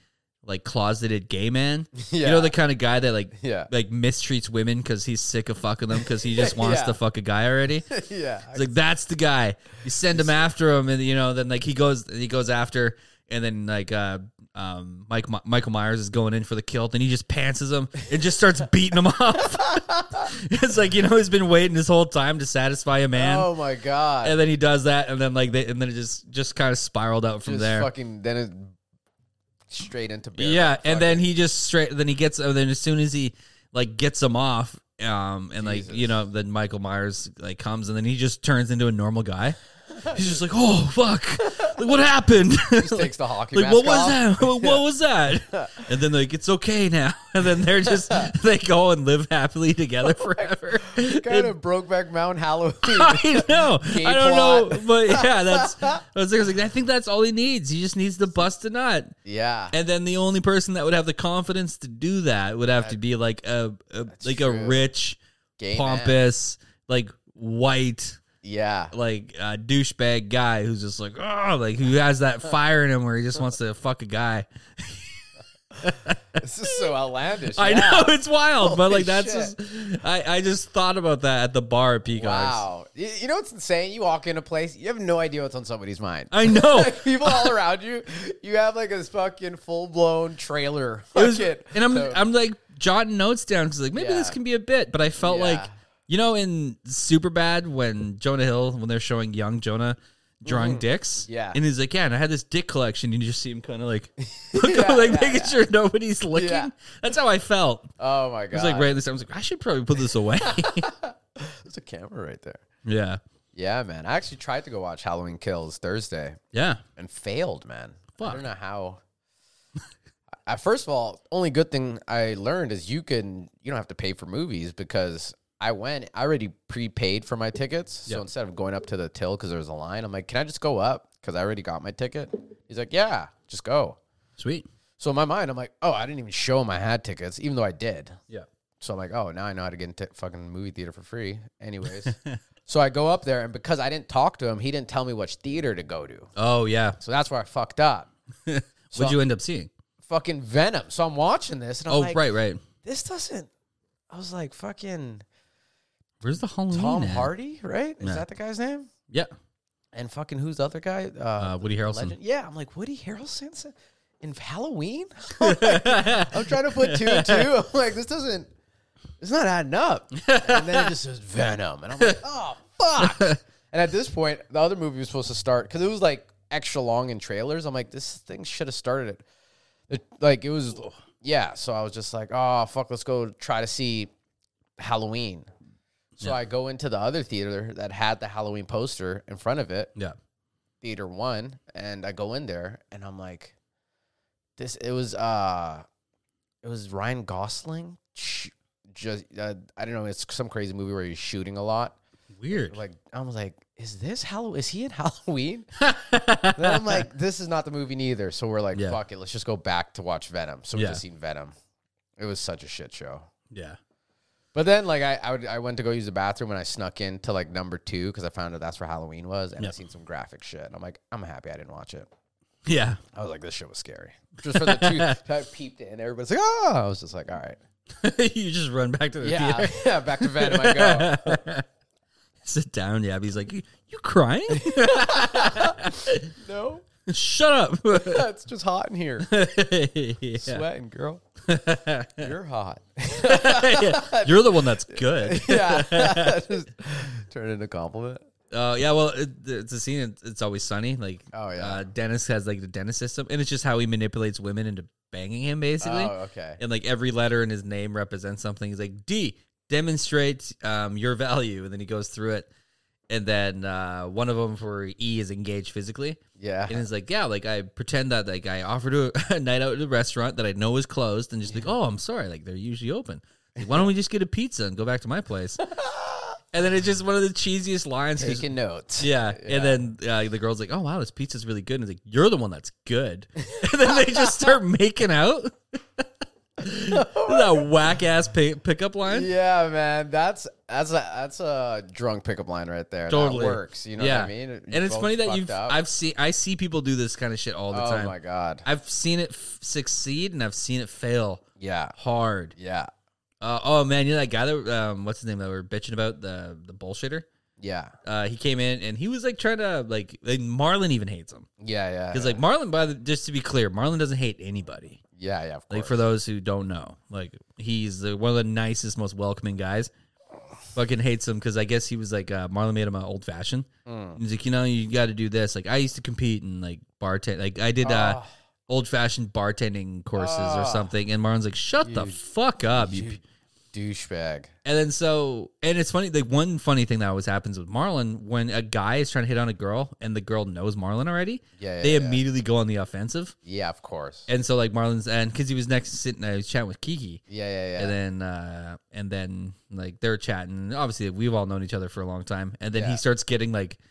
like closeted gay man.
[LAUGHS] yeah.
You know the kind of guy that
[LAUGHS]
like
Yeah.
like mistreats women because he's sick of fucking them because he just wants
[LAUGHS] Yeah.
to fuck a guy already.
[LAUGHS] yeah.
It's like that's the guy. You send him after him, and you know, then like he goes, and he goes after, and then like uh, um, Mike Mi- Michael Myers is going in for the kill, and he just pantses him and just starts beating him up. [LAUGHS] it's like you know he's been waiting this whole time to satisfy a man,
oh, my God.
and then he does that, and then like they, and then it just just kind of spiraled out from
Just
there.
fucking, then it straight into beer.
Yeah, and then
Fucking-
he just straight. Then he gets. And then as soon as he like gets him off, um, and like you
Jesus.
know, then Michael Myers like comes, and then he just turns into a normal guy. He's just like, oh fuck, like what happened? [LAUGHS]
just [LAUGHS] takes the hockey
like
mask
what was
[LAUGHS] off.
that? What was that? And then like it's okay now. [LAUGHS] And then they're
[LAUGHS]
just they go and live happily together
Oh
forever.
Kind
It-
of broke back Mount Halloween.
[LAUGHS]
[LAUGHS]
I know.
Gay
I don't know,
plot.
but yeah, that's.
[LAUGHS]
I was like, I think that's all he needs. He just needs to bust a nut.
yeah.
And then the only person that would have the confidence to do that would have to be like a, a like a
true.
rich,
Gay man.
pompous, like white, [LAUGHS]
Yeah.
like uh, douchebag guy who's just like oh, like who has
[LAUGHS]
that fire in him where he just wants to fuck a guy.
This is so outlandish.
I
yeah.
know it's wild, but
Holy
like that's
shit.
just I I just thought about that at the bar at Peacock's.
Wow. You, you know what's insane? You walk into a place, you have no idea what's on somebody's mind.
I know.
[LAUGHS] Like,
[LAUGHS]
people all around you, you have like this fucking full blown trailer.
[LAUGHS] It was-
Fucking-
and I'm
so-
I'm like jotting notes down because like maybe
Yeah.
this can be a bit, but I felt
Yeah.
like you know in Superbad when Jonah Hill when they're showing young Jonah drawing dicks,
Mm. Yeah.
and he's like, yeah, and I had this dick collection, and you just see him kind of
[LAUGHS]
like look
Yeah,
like
yeah,
making
yeah.
sure nobody's looking.
Yeah.
That's how I felt.
oh my
I
god,
was like right this time, I was like, I should probably put this
[LAUGHS]
away. [LAUGHS]
there's a camera right there.
yeah,
Yeah, man. I actually tried to go watch Halloween Kills Thursday
yeah,
and failed, man. I
Fuck.
don't know how. [LAUGHS] I, first of all, only good thing I learned is you can you don't have to pay for movies because I went I already prepaid for my tickets. So
Yeah.
instead of going up to the till because there's a line, I'm like, can I just go up because I already got my ticket? He's like, yeah, just go.
sweet.
So in my mind, I'm like, oh, I didn't even show him I had tickets, even though I did.
Yeah.
So I'm like, oh, now I know how to get into fucking movie theater for free.
[LAUGHS]
Anyways, so I go up there, and because I didn't talk to him, he didn't tell me which theater to go to.
Oh yeah.
So that's where I fucked up.
What'd you end up seeing?
Fucking Venom. So I'm watching this, and I'm
oh
like,
right, right.
this doesn't. I was like, fucking
Where's the Halloween?
Tom
at?
Hardy, right? Is
Yeah.
that the guy's name?
Yeah.
And fucking who's the other guy? Uh,
Uh, Woody Harrelson.
Legend? Yeah, I'm like Woody Harrelson's in Halloween. [LAUGHS] I'm, like, I'm trying to put two and two. I'm like, this doesn't. It's not adding up. And then it just says Venom, and I'm like, oh fuck. And at this point, the other movie was supposed to start because it was like extra long in trailers. I'm like, this thing should have started at it, like it was yeah so i was just like oh fuck let's go try to see Halloween. So
Yeah.
I go into the other theater that had the Halloween poster in front of it,
Yeah.
theater one, and I go in there and I'm like, this it was uh it was Ryan Gosling. Sh- Just uh, I don't know, it's some crazy movie where he's shooting a lot.
Weird.
Like I was like, is this Halloween? Is he in [LAUGHS] Halloween? then
[LAUGHS]
I'm like, this is not the movie neither. So we're like,
Yeah.
fuck it, let's just go back to watch Venom. So we
Yeah.
just seen Venom. It was such a shit show.
yeah. [LAUGHS]
But then, like, I I, would, I went to go use the bathroom and I snuck in to like number two because I found out that's where Halloween was, and
Yeah.
I seen some graphic shit. And I'm like, I'm happy I didn't watch it.
Yeah.
I was like, this shit was scary. Just for the two, [LAUGHS] I peeped in. Everybody's like, oh, I was just like, all
[LAUGHS]
right,
you just run back to the
[LAUGHS] yeah,
theater. [LAUGHS]
yeah, back to "Oh." Venom. I go.
Sit down, yeah. He's like, you, you crying? [LAUGHS]
No,
Shut up. [LAUGHS]
it's just hot in here, [LAUGHS]
Yeah. [LAUGHS]
sweating, girl. You're hot. [LAUGHS]
You're the one that's good.
yeah, [LAUGHS] just turn it into a compliment.
Uh, yeah, well, it, it's a scene. It's, it's always sunny. Like,
Oh, yeah.
uh, Dennis has like the dentist system, and it's just how he manipulates women into banging him, basically.
Oh, okay.
And like every letter in his name represents something. He's like D, demonstrate um, your value, and then he goes through it. And then uh, one of them for E is engaged physically.
Yeah.
And it's like, yeah, like I pretend that like I offered a, [LAUGHS] a night out at a restaurant that I know is closed, and just like, oh, I'm sorry, like they're usually open. Like, why don't we just get a pizza and go back to my
[LAUGHS]
place? and then it's just one of the cheesiest lines. 'cause-
Taking notes.
yeah. and then uh, the girl's like, "Oh wow, this pizza's really good." And it's like, "You're the one that's
[LAUGHS]
good." and then they just start making out. that whack ass pay- pickup line.
Yeah, man, that's that's a that's a drunk pickup line right there.
Totally
that works. You know what I mean?
And it's
Both
funny that
fucked
you've
up.
I've seen I see people do this kind of shit all the
oh
time.
my god.
I've seen it f- succeed and I've seen it fail
Yeah,
hard.
yeah,
Uh, oh man, you know that guy that um, what's his name that we are bitching about the the bullshitter.
yeah,
Uh, he came in and he was like trying to like, like Marlon even hates him
yeah, yeah.
because like Marlon by the just to be clear, Marlon doesn't hate anybody.
yeah, yeah, of course.
Like for those who don't know, like he's the, one of the nicest, most welcoming guys. Fucking hates him because I guess he was like uh, Marlon made him an old fashioned.
Hmm.
He's like, you know, you got to do this. Like I used to compete in like bartend, like I did uh, old fashioned bartending courses or
Ah.
something. And Marlon's like, shut the fuck up, you. p-"
douchebag.
And then so, and it's funny. Like one funny thing that always happens with Marlon when a guy is trying to hit on a girl and the girl knows Marlon already,
Yeah, yeah,
they
yeah.
immediately go on the offensive.
Yeah, of course.
And so like Marlon's and because he was next sitting, I was chatting with Kiki.
yeah, yeah, yeah.
And then uh and then like they're chatting. Obviously we've all known each other for a long time. And then
Yeah.
he starts getting like [LAUGHS]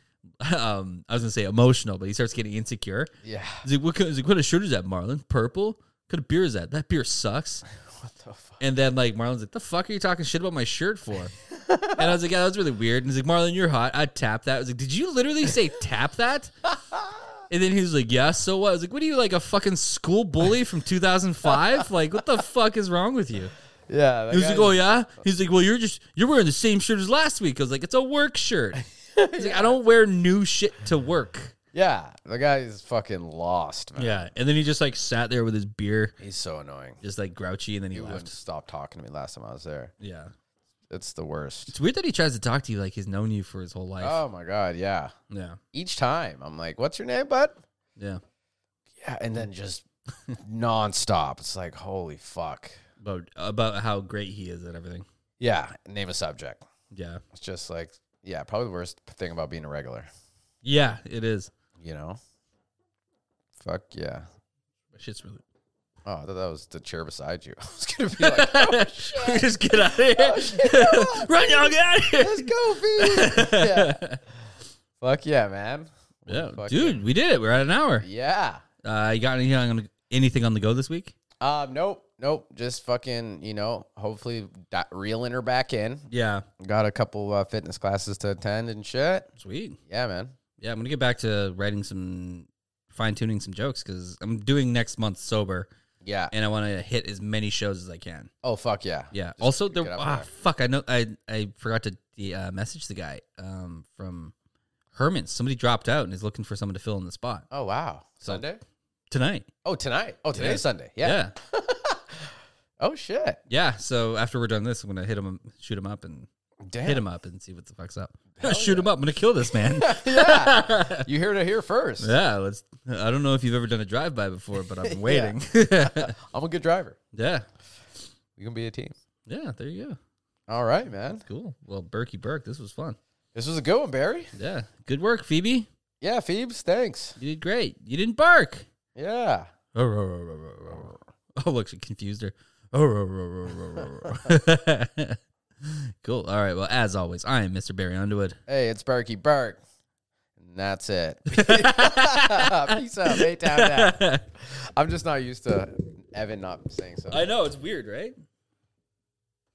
um I was gonna say emotional, but he starts getting insecure.
yeah. [LAUGHS]
He's like, what kind, he's like, what kind of shirt is that, Marlon? Purple? What kind of beer is that? That beer sucks.
What the fuck?
And then like Marlon's like, the fuck are you talking shit about my shirt for? and I was like, yeah, that was really weird. And he's like, Marlon, you're hot. I'd tap that. I was like, did you literally say tap
[LAUGHS]
that? And then he was like, yeah, so what? I was like, what are you like a fucking school bully from 2005? like, what the fuck is wrong with you?
Yeah, that
He was
guy-
like, "Oh yeah." He's like, "Well, you're just you're wearing the same shirt as last week." I was like, "It's a work shirt." He's like, "I don't wear new shit to work."
yeah. The guy is fucking lost, man.
Yeah, and then he just like sat there with his beer,
He's so annoying.
just like grouchy, and then he
He wouldn't
left.
stop talking to me last time I was there.
Yeah,
It's the worst.
it's weird that he tries to talk to you like he's known you for his whole life.
Oh my god, yeah.
Yeah,
Each time I'm like, "What's your name, bud?"
yeah.
Yeah, and then just
[LAUGHS]
nonstop. It's like, holy fuck.
About about how great he is at everything.
Yeah, name a subject.
Yeah,
It's just like, yeah, probably the worst thing about being a regular,
yeah, it is.
you know? Fuck yeah.
My Shit's really.
Oh, I thought that was the chair beside you. [LAUGHS] I was going to [LAUGHS] be like,
[LAUGHS]
"Oh,
just get out of here! [LAUGHS] Run, y'all, get out of here!
let's
[LAUGHS]
go, Phoebe. [LAUGHS] yeah. Fuck yeah, man.
Yeah,
Fuck
dude, we did it. We're at an hour.
Yeah.
Uh, you got anything on the, anything on the go this week?
Um, nope, nope. Just fucking, you know, hopefully di- reeling her back in.
Yeah,
Got a couple uh, fitness classes to attend and shit.
sweet.
Yeah, man.
Yeah, I'm gonna get back to writing some, fine tuning some jokes because I'm doing next month sober,
Yeah.
and I want to hit as many shows as I can.
Oh, fuck yeah.
Yeah. also, there.
get out
Ah,
there.
fuck. I know. I I forgot to the, uh, message the guy um, from Herman's. Somebody dropped out and is looking for someone to fill in the spot
Oh, wow.
So-
Sunday?
tonight.
Oh, tonight. Oh, today's
Yeah.
Sunday. Yeah.
yeah.
Oh shit.
Yeah, So after we're done this, I'm gonna hit him, shoot him up, and
Damn.
hit him up and see what the fuck's up. shoot him up. I'm gonna kill this man.
yeah. You hear it here first.
yeah. Let's. I don't know if you've ever done a drive by before, but [LAUGHS] I've been waiting.
I'm a good driver.
[LAUGHS] yeah.
We can be a team.
Yeah, there you go.
All right, man.
Cool. Well, Berkey Burke, this was fun.
This was a good one, Barry.
Yeah. Good work, Phoebe.
Yeah, Phoebes, thanks.
You did great. You didn't bark.
Yeah.
[LAUGHS] Oh, look, she confused her. oh, [LAUGHS] cool. All right. Well, as always, I am Mr. Barry Underwood.
Hey, it's Barky Bark. And that's it. [LAUGHS] Peace
[LAUGHS]
out, Baytown. Down. I'm just not used to Evan not saying something.
know. It's weird, right?